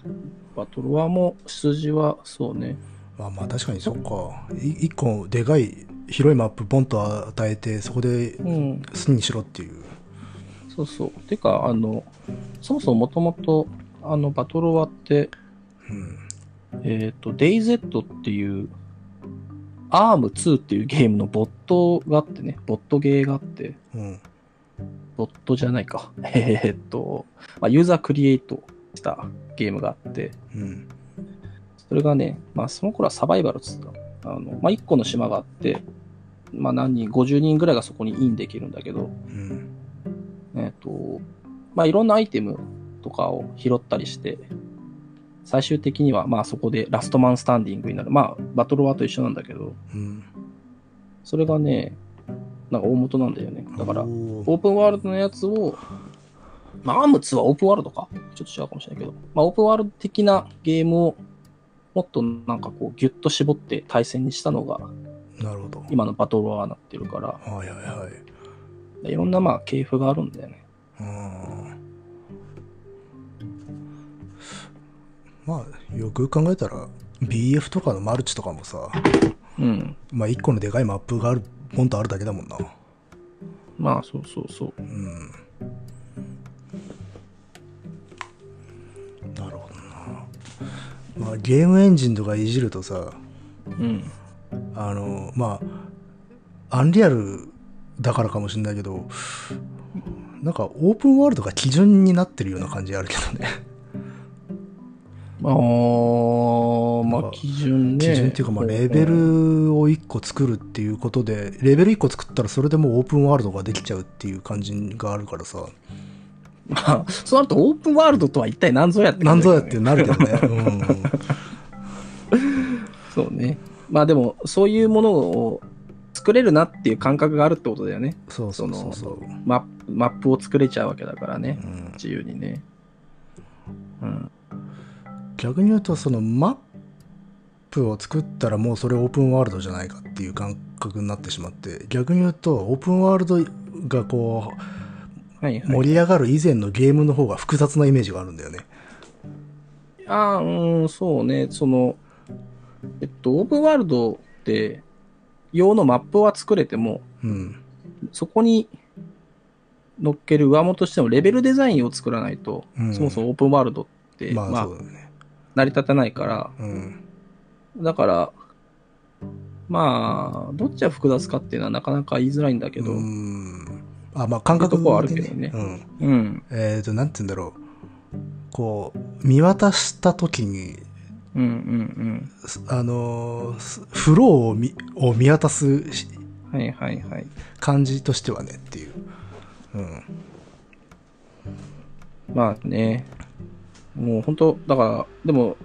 Speaker 1: バトルはもう、出自は、そうね。
Speaker 2: まあまあ確かにそっかい一個でかい広いマップボンと与えてそこで
Speaker 1: うん。
Speaker 2: 巣にしろっていう
Speaker 1: そうそう。てか、あの、そもそももともと、あの、バトルはって、
Speaker 2: うん
Speaker 1: えっ、と、DayZ っていう、ARM2 っていうゲームのボットがあってね、ボットゲーがあって、
Speaker 2: うん
Speaker 1: ボットじゃないか。 [LAUGHS] えーっと、まあ、ユーザークリエイトしたゲームがあって、
Speaker 2: うん
Speaker 1: それがね、まあ、その頃はサバイバルっつってた。あの、まあ、1個の島があって、まあ、何人、50人ぐらいがそこにインできるんだけど、
Speaker 2: うん
Speaker 1: えーっと、まあ、いろんなアイテムとかを拾ったりして、最終的には、まあ、そこでラストマンスタンディングになる。まあ、バトルワーと一緒なんだけど、
Speaker 2: うん
Speaker 1: それがね、なんか大元なんだよね。だから、
Speaker 2: おー
Speaker 1: オープンワールドのやつを、まあ、アーム2はオープンワールドかちょっと違うかもしれないけど、まあ、オープンワールド的なゲームを、もっとなんかこう、ギュッと絞って対戦にしたのが、
Speaker 2: なるほど
Speaker 1: 今のバトルワーになってるから、
Speaker 2: はいはいはい。
Speaker 1: いろんなまあ、系譜があるんだよね。
Speaker 2: うんまあ、よく考えたら、BF とかのマルチとかもさ、
Speaker 1: うん。
Speaker 2: まあ、一個のでかいマップがある、ポンとあるだけだもんな。
Speaker 1: まあ、そうそうそう
Speaker 2: う。ん。なるほどな。まあ、ゲームエンジンとかいじるとさ、
Speaker 1: うん。
Speaker 2: あの、まあ、アンリアルだからかもしれないけど、なんかオープンワールドが基準になってるような感じあるけどね。
Speaker 1: あー、ま
Speaker 2: なん
Speaker 1: あ、
Speaker 2: か
Speaker 1: 基準ね。
Speaker 2: 基準っていうか、まあ、レベ
Speaker 1: うん。
Speaker 2: ルを1個作るっていうことで、レベル1個作ったらそれでもうオープンワールドができちゃうっていう感じがあるからさ、
Speaker 1: まあ、 [LAUGHS] そうなるとオープンワールドとは一体何ぞやって
Speaker 2: なんぞやっ
Speaker 1: 感じ
Speaker 2: て
Speaker 1: だよね
Speaker 2: なるけど
Speaker 1: [LAUGHS]
Speaker 2: ね。うん
Speaker 1: そうね。まあでも、そういうものを作れるなっていう感覚があるってことだよね。
Speaker 2: そうそうそうそう。
Speaker 1: マップマップを作れちゃうわけだからね。
Speaker 2: うん
Speaker 1: 自由にね。うん。
Speaker 2: 逆に言うと、そのマップを作ったらもうそれオープンワールドじゃないかっていう感覚になってしまって、逆に言うと、オープンワールドがこう、
Speaker 1: はいはい。
Speaker 2: 盛り上がる以前のゲームの方が複雑なイメージがあるんだよね。
Speaker 1: ああ、うん、そうね。その、えっと、オープンワールドって、用のマップは作れても、
Speaker 2: うん。
Speaker 1: そこに乗っける上物としてのレベルデザインを作らないと、
Speaker 2: うん
Speaker 1: そもそもオープンワールドって、ま
Speaker 2: ま
Speaker 1: あ、
Speaker 2: あそうだね。
Speaker 1: 成り立たないから、
Speaker 2: うん。
Speaker 1: だから、まあ、どっちが複雑かっていうのはなかなか言いづらいんだけど、
Speaker 2: う
Speaker 1: うん。
Speaker 2: ん。あ、まあ感覚
Speaker 1: ってとこはあるけどね
Speaker 2: でうん。えっ、と、なんて言うんだろう。こう、見渡した時に、
Speaker 1: うんうんうん
Speaker 2: すあのーすフローを見を見渡すし
Speaker 1: はいはいはい。
Speaker 2: 感じとしてはねっていう。うん。
Speaker 1: まあね、もう本当、だから、でも、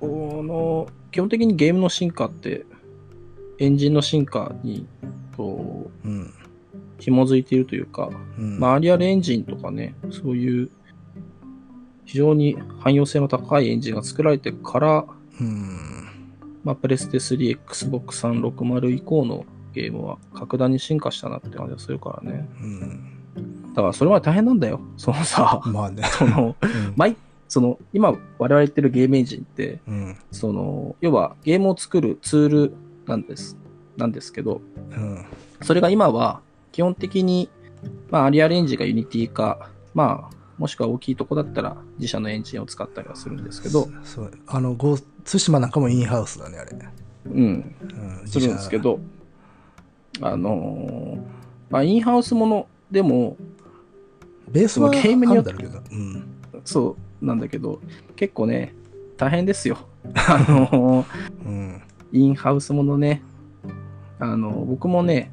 Speaker 1: この、基本的にゲームの進化って、エンジンの進化に、こう、
Speaker 2: うん。
Speaker 1: 紐づいているというか、
Speaker 2: うん。
Speaker 1: まあ、アリアルエンジンとかね、そういう、非常に汎用性の高いエンジンが作られてから、
Speaker 2: うん。
Speaker 1: まあ、プレステ3、Xbox 360以降のゲームは格段に進化したなって感じがするからね。
Speaker 2: うん。
Speaker 1: だからそれは大変なんだよ。その
Speaker 2: [LAUGHS]
Speaker 1: さ、
Speaker 2: まあね。
Speaker 1: その、
Speaker 2: うん
Speaker 1: 毎、その、今我々言ってるゲームエンジンって、
Speaker 2: うん。
Speaker 1: その、要はゲームを作るツールなんです。なんですけど、
Speaker 2: うん。
Speaker 1: それが今は基本的に、まあ、アリアルエンジンがユニティか、まあ、もしくは大きいとこだったら自社のエンジンを使ったりはするんですけど、
Speaker 2: そう。あの、ゴー対馬なんかもインハウスだね、あれ。
Speaker 1: うん、
Speaker 2: うん。
Speaker 1: するんですけ
Speaker 2: 自社。
Speaker 1: ど、あのーまあ、インハウスものでも、
Speaker 2: ベース
Speaker 1: そ
Speaker 2: はゲ
Speaker 1: のゲ
Speaker 2: ー
Speaker 1: ー
Speaker 2: ム
Speaker 1: ムに
Speaker 2: に
Speaker 1: よ
Speaker 2: よっ
Speaker 1: ってて
Speaker 2: あるけど。うん。
Speaker 1: そうなんだけど、結構ね、大変ですよ。あのー
Speaker 2: うん。
Speaker 1: インハウスものね、あのー僕もね、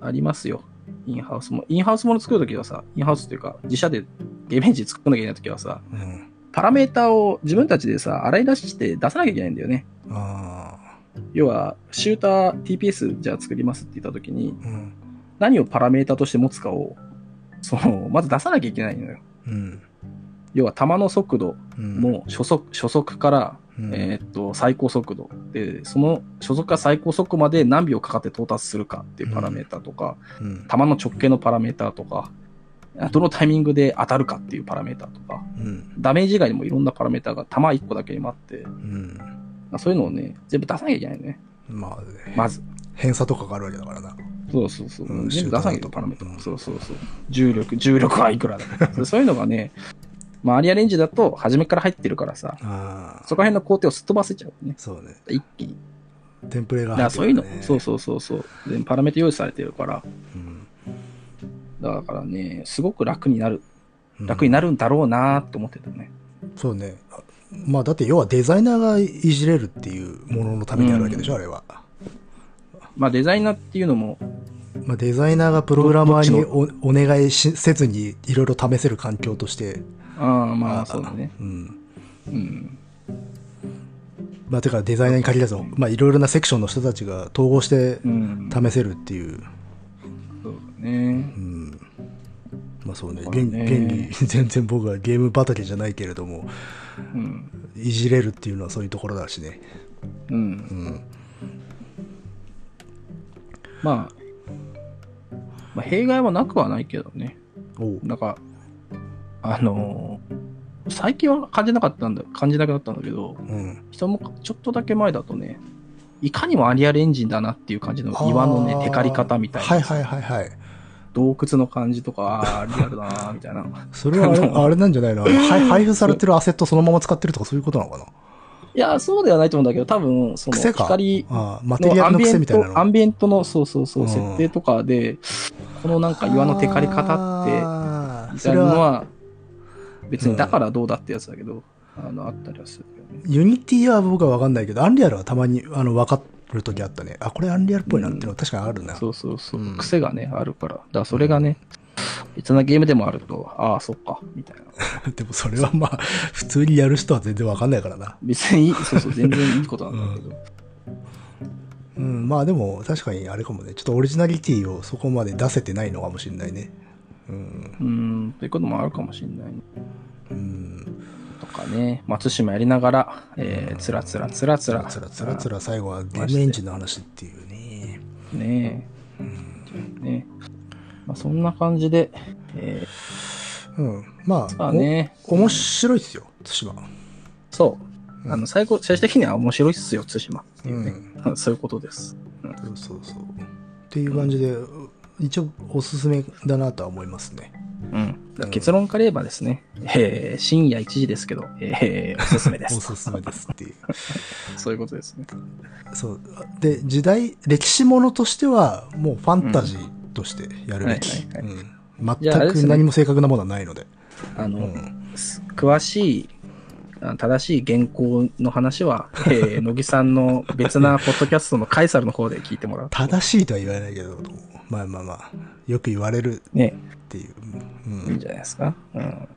Speaker 1: ありますよ。インハウスも、インハウスもの作るときはさ、インハウスというか、自社でゲームエンジン作んなきゃいけないときはさ、
Speaker 2: うん。
Speaker 1: パラメータを自分たちでさ、洗い出して出さなきゃいけないんだよね。
Speaker 2: あ
Speaker 1: 要は、シューター TPS じゃあ作りますって言ったときに、
Speaker 2: あ。うん。
Speaker 1: 何をパラメータとして持つかを、その、まず出さなきゃいけないのよ。
Speaker 2: うん。
Speaker 1: 要は球の速度
Speaker 2: うん、
Speaker 1: も初速、初速から、
Speaker 2: うん、
Speaker 1: えーっと、最高速度。で、その初速から最高速まで何秒かかって到達するかっていうパラメータとか、
Speaker 2: うん
Speaker 1: 球の直径のパラメータとか、どのタイミングで当たるかっていうパラメータとか、
Speaker 2: うん。
Speaker 1: ダメージ以外にもいろんなパラメータが球1個だけにもあって、
Speaker 2: うん。
Speaker 1: まあそういうのをね、全部出さなきゃいけないのね。
Speaker 2: まあね、
Speaker 1: まず。
Speaker 2: 偏差とかがあるわけだからな。
Speaker 1: そうそうそう。
Speaker 2: うん
Speaker 1: 全部出さなきゃいけな
Speaker 2: シューターと
Speaker 1: い
Speaker 2: か
Speaker 1: パラメータ
Speaker 2: うん
Speaker 1: そうそうそう。重力、重力はいくらだ [LAUGHS] とかそういうのがね、まあ、アリアレンジだと初めから入ってるからさ、
Speaker 2: ああ。
Speaker 1: そこら辺の工程をすっ飛ばせちゃうね。
Speaker 2: そうね。
Speaker 1: 一気に。
Speaker 2: テンプレが
Speaker 1: だから
Speaker 2: 入って
Speaker 1: そういうの
Speaker 2: る、ね
Speaker 1: そうそうそうそう。全部パラメータ用意されてるから、
Speaker 2: うん。
Speaker 1: だからね、すごく楽になる、
Speaker 2: うん
Speaker 1: 楽になるんだろうなーって思ってたね。
Speaker 2: そうね。あまあ、だって要はデザイナーがいじれるっていうもののためにあるわけでしょ、あれは。
Speaker 1: まあ、デザイナーっていうのも、
Speaker 2: まあ、デザイナーがプログラマーに
Speaker 1: ど
Speaker 2: おお願いしせずにいろいろ試せる環境として。
Speaker 1: ああ、まあ、そうだね。。
Speaker 2: うん。
Speaker 1: うん。
Speaker 2: まあ、てかデザイナーに限らず、まあ、いろいろなセクションの人たちが統合して
Speaker 1: うん。
Speaker 2: 試せるっていう。
Speaker 1: そうだね
Speaker 2: う。ん。まあそうね。
Speaker 1: そうだ
Speaker 2: 現
Speaker 1: ね
Speaker 2: 現に [LAUGHS] 全然僕はゲーム畑じゃないけれども、
Speaker 1: うん。
Speaker 2: いじれるっていうのはそういうところだしね。
Speaker 1: うん
Speaker 2: う。ん。
Speaker 1: まあ、まあ、弊害はなくはないけどね。
Speaker 2: おう。
Speaker 1: なんか、あのー最近は感じなかったんだ、感じなくなったんだけど、
Speaker 2: うん。
Speaker 1: 人もちょっとだけ前だとね、いかにもアリアルエンジンだなっていう感じの岩の
Speaker 2: あ
Speaker 1: ね、
Speaker 2: ー
Speaker 1: テカり方みたいな、
Speaker 2: はいはいはいはい。
Speaker 1: 洞窟の感じとか、あ
Speaker 2: [LAUGHS]
Speaker 1: ーリアルだな、みたいな。
Speaker 2: そ
Speaker 1: [LAUGHS]
Speaker 2: れはあれあれなんじゃないのあのはい配布されてるアセットそのまま使ってるとかそういうことなのかない
Speaker 1: や、そうではないと思うんだけど、多分、その、
Speaker 2: 癖か
Speaker 1: 光
Speaker 2: ああマテリ
Speaker 1: の
Speaker 2: ア
Speaker 1: ア
Speaker 2: ル
Speaker 1: ン
Speaker 2: の
Speaker 1: ビエ
Speaker 2: 癖
Speaker 1: ン
Speaker 2: みたいな
Speaker 1: ト、ア
Speaker 2: の。
Speaker 1: ンビエントの、そうそうそうう、
Speaker 2: ん
Speaker 1: 設定とかで、このなんか岩のテカり方って、
Speaker 2: あー
Speaker 1: み
Speaker 2: そ
Speaker 1: たい
Speaker 2: れ
Speaker 1: なの
Speaker 2: は、
Speaker 1: は、別にだからどうだってやつだけど、あの、あったりはするよね。
Speaker 2: ユニティは僕は分かんないけど、アンリアルはたまにあの分かる時あったね。あ、これアンリアルっぽいなっていうのは確かにあるな。
Speaker 1: そうそうそう。
Speaker 2: うん
Speaker 1: 癖がね、あるから。だからそれがね、いつのゲームでもあると、ああ、そっか、みたいな。
Speaker 2: でもそれはまあ、普通にやる人は全然分かんないからな。
Speaker 1: 別にいい、そうそう、全然いいことなんだけど。
Speaker 2: うん、まあでも確かにあれかもね。ちょっとオリジナリティをそこまで出せてないのかもしれないね。うん。
Speaker 1: うーん、ということもあるかもしれない、ね、
Speaker 2: うん。
Speaker 1: とかね、松島やりながら、えー、つらつらつらつら。
Speaker 2: つらつらつら最後はゲームエンジンの話っていうね。
Speaker 1: ね
Speaker 2: うん。
Speaker 1: え、ねえ。まあ、そんな感じで、え
Speaker 2: うん、ま
Speaker 1: ー、ま
Speaker 2: あ、
Speaker 1: あね、
Speaker 2: お面白いっすよ、対馬。
Speaker 1: そう。あの、最後、最終的には面白いっすよ、対馬っていうね。 [LAUGHS] そういうことです。
Speaker 2: そうそうそう。っていう感じで、一応おすすめだなとは思いますね。
Speaker 1: うん。だから結論から言えばですね、えー、深夜1時ですけど、え [LAUGHS] ー、おすすめで
Speaker 2: お
Speaker 1: す。
Speaker 2: すすめですっていう。
Speaker 1: そういうことですね。
Speaker 2: そう。で、時代、歴史ものとしては、もうファンタジーとしてやるべき。
Speaker 1: はいはいは
Speaker 2: うん
Speaker 1: じゃああれ
Speaker 2: 全
Speaker 1: ですね
Speaker 2: く何も正確なものはないので。
Speaker 1: あの、
Speaker 2: うん
Speaker 1: す詳しい、あ正しい原稿の話は、えー、乃木さんの別なポッドキャストのカイサルの方で聞いてもらう。
Speaker 2: 正しいとは言わないけど、まあまあまあ、よく言われる
Speaker 1: ね、
Speaker 2: っていう。う
Speaker 1: いいん
Speaker 2: ん。
Speaker 1: じゃないですか。うん。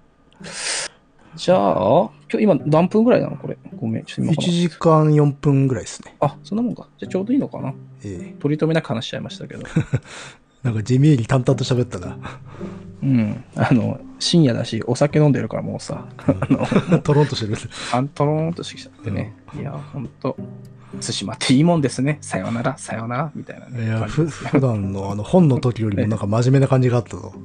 Speaker 1: じゃあ、今日今何分ぐらいなのこれ。ごめん、ちょっと今
Speaker 2: 1
Speaker 1: から。
Speaker 2: 時間4分ぐらいですね。
Speaker 1: あ、そんなもんか。じゃあちょうどいいのかな。
Speaker 2: ええ。
Speaker 1: 取り留めなく話しちゃいましたけど。
Speaker 2: なんか地味に淡々と喋ったな。
Speaker 1: [LAUGHS] うん。あの、深夜だし、お酒飲んでるからもうさ、あの、
Speaker 2: トロンとしてる。
Speaker 1: アントローンとしてきちゃってね。いや、ほんと、対馬っていいもんですね。さよなら、さよなら、みたいなね。
Speaker 2: いや、
Speaker 1: 感じ
Speaker 2: ふ普段のあの本の時よりもなんか真面目な感じがあったぞ。
Speaker 1: い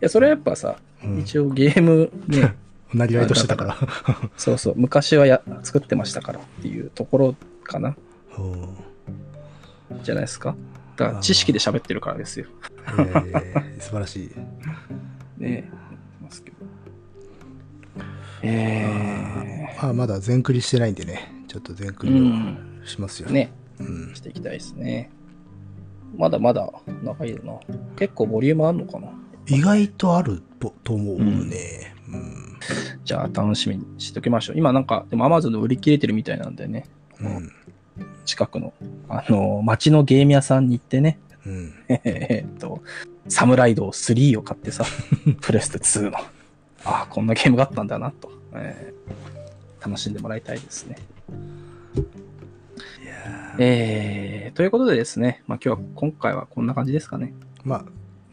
Speaker 1: や、それはやっぱさ、
Speaker 2: うん
Speaker 1: 一応ゲームね、
Speaker 2: なりわいとしてた
Speaker 1: [LAUGHS]
Speaker 2: から。
Speaker 1: そうそう、昔はや作ってましたからっていうところかな、
Speaker 2: うん
Speaker 1: じゃないですか。だから知識で喋ってるからですよ。
Speaker 2: いやいやいや素晴らしい。
Speaker 1: ねえ、ますけど。え
Speaker 2: まあ、まだ全クリしてないんでね、ちょっと全ク
Speaker 1: ー、う
Speaker 2: リ
Speaker 1: ん、
Speaker 2: をしますよ。
Speaker 1: ね、
Speaker 2: うん
Speaker 1: していきたいですね。まだまだ長いよな。結構ボリュームあるのかな。
Speaker 2: 意外とあるぽと思うね。うん
Speaker 1: じゃあ楽しみにしておきましょう。今なんか、でも Amazon で売り切れてるみたいなんでね、
Speaker 2: うん
Speaker 1: 近くの、あの、街のゲーム屋さんに行ってね、 [LAUGHS]
Speaker 2: うん
Speaker 1: えーっと、サムライド3を買ってさ、 [LAUGHS] プレステ2の。ああ、こんなゲームがあったんだなと、えー楽しんでもらいたいですね。えー、ということでですね、まあ、今日は今回はこんな感じですかね。
Speaker 2: まあ、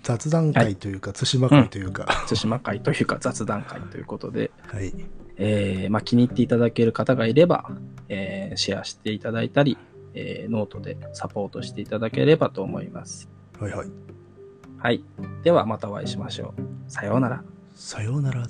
Speaker 2: 雑談会というか、対馬会というか、
Speaker 1: 対馬会というか雑談会ということで、
Speaker 2: はい。
Speaker 1: えーまあ、気に入っていただける方がいれば、えーシェアしていただいたり、えーノートでサポートしていただければと思います。
Speaker 2: はいはい。
Speaker 1: はい。ではまたお会いしましょう。さようなら。
Speaker 2: さようなら。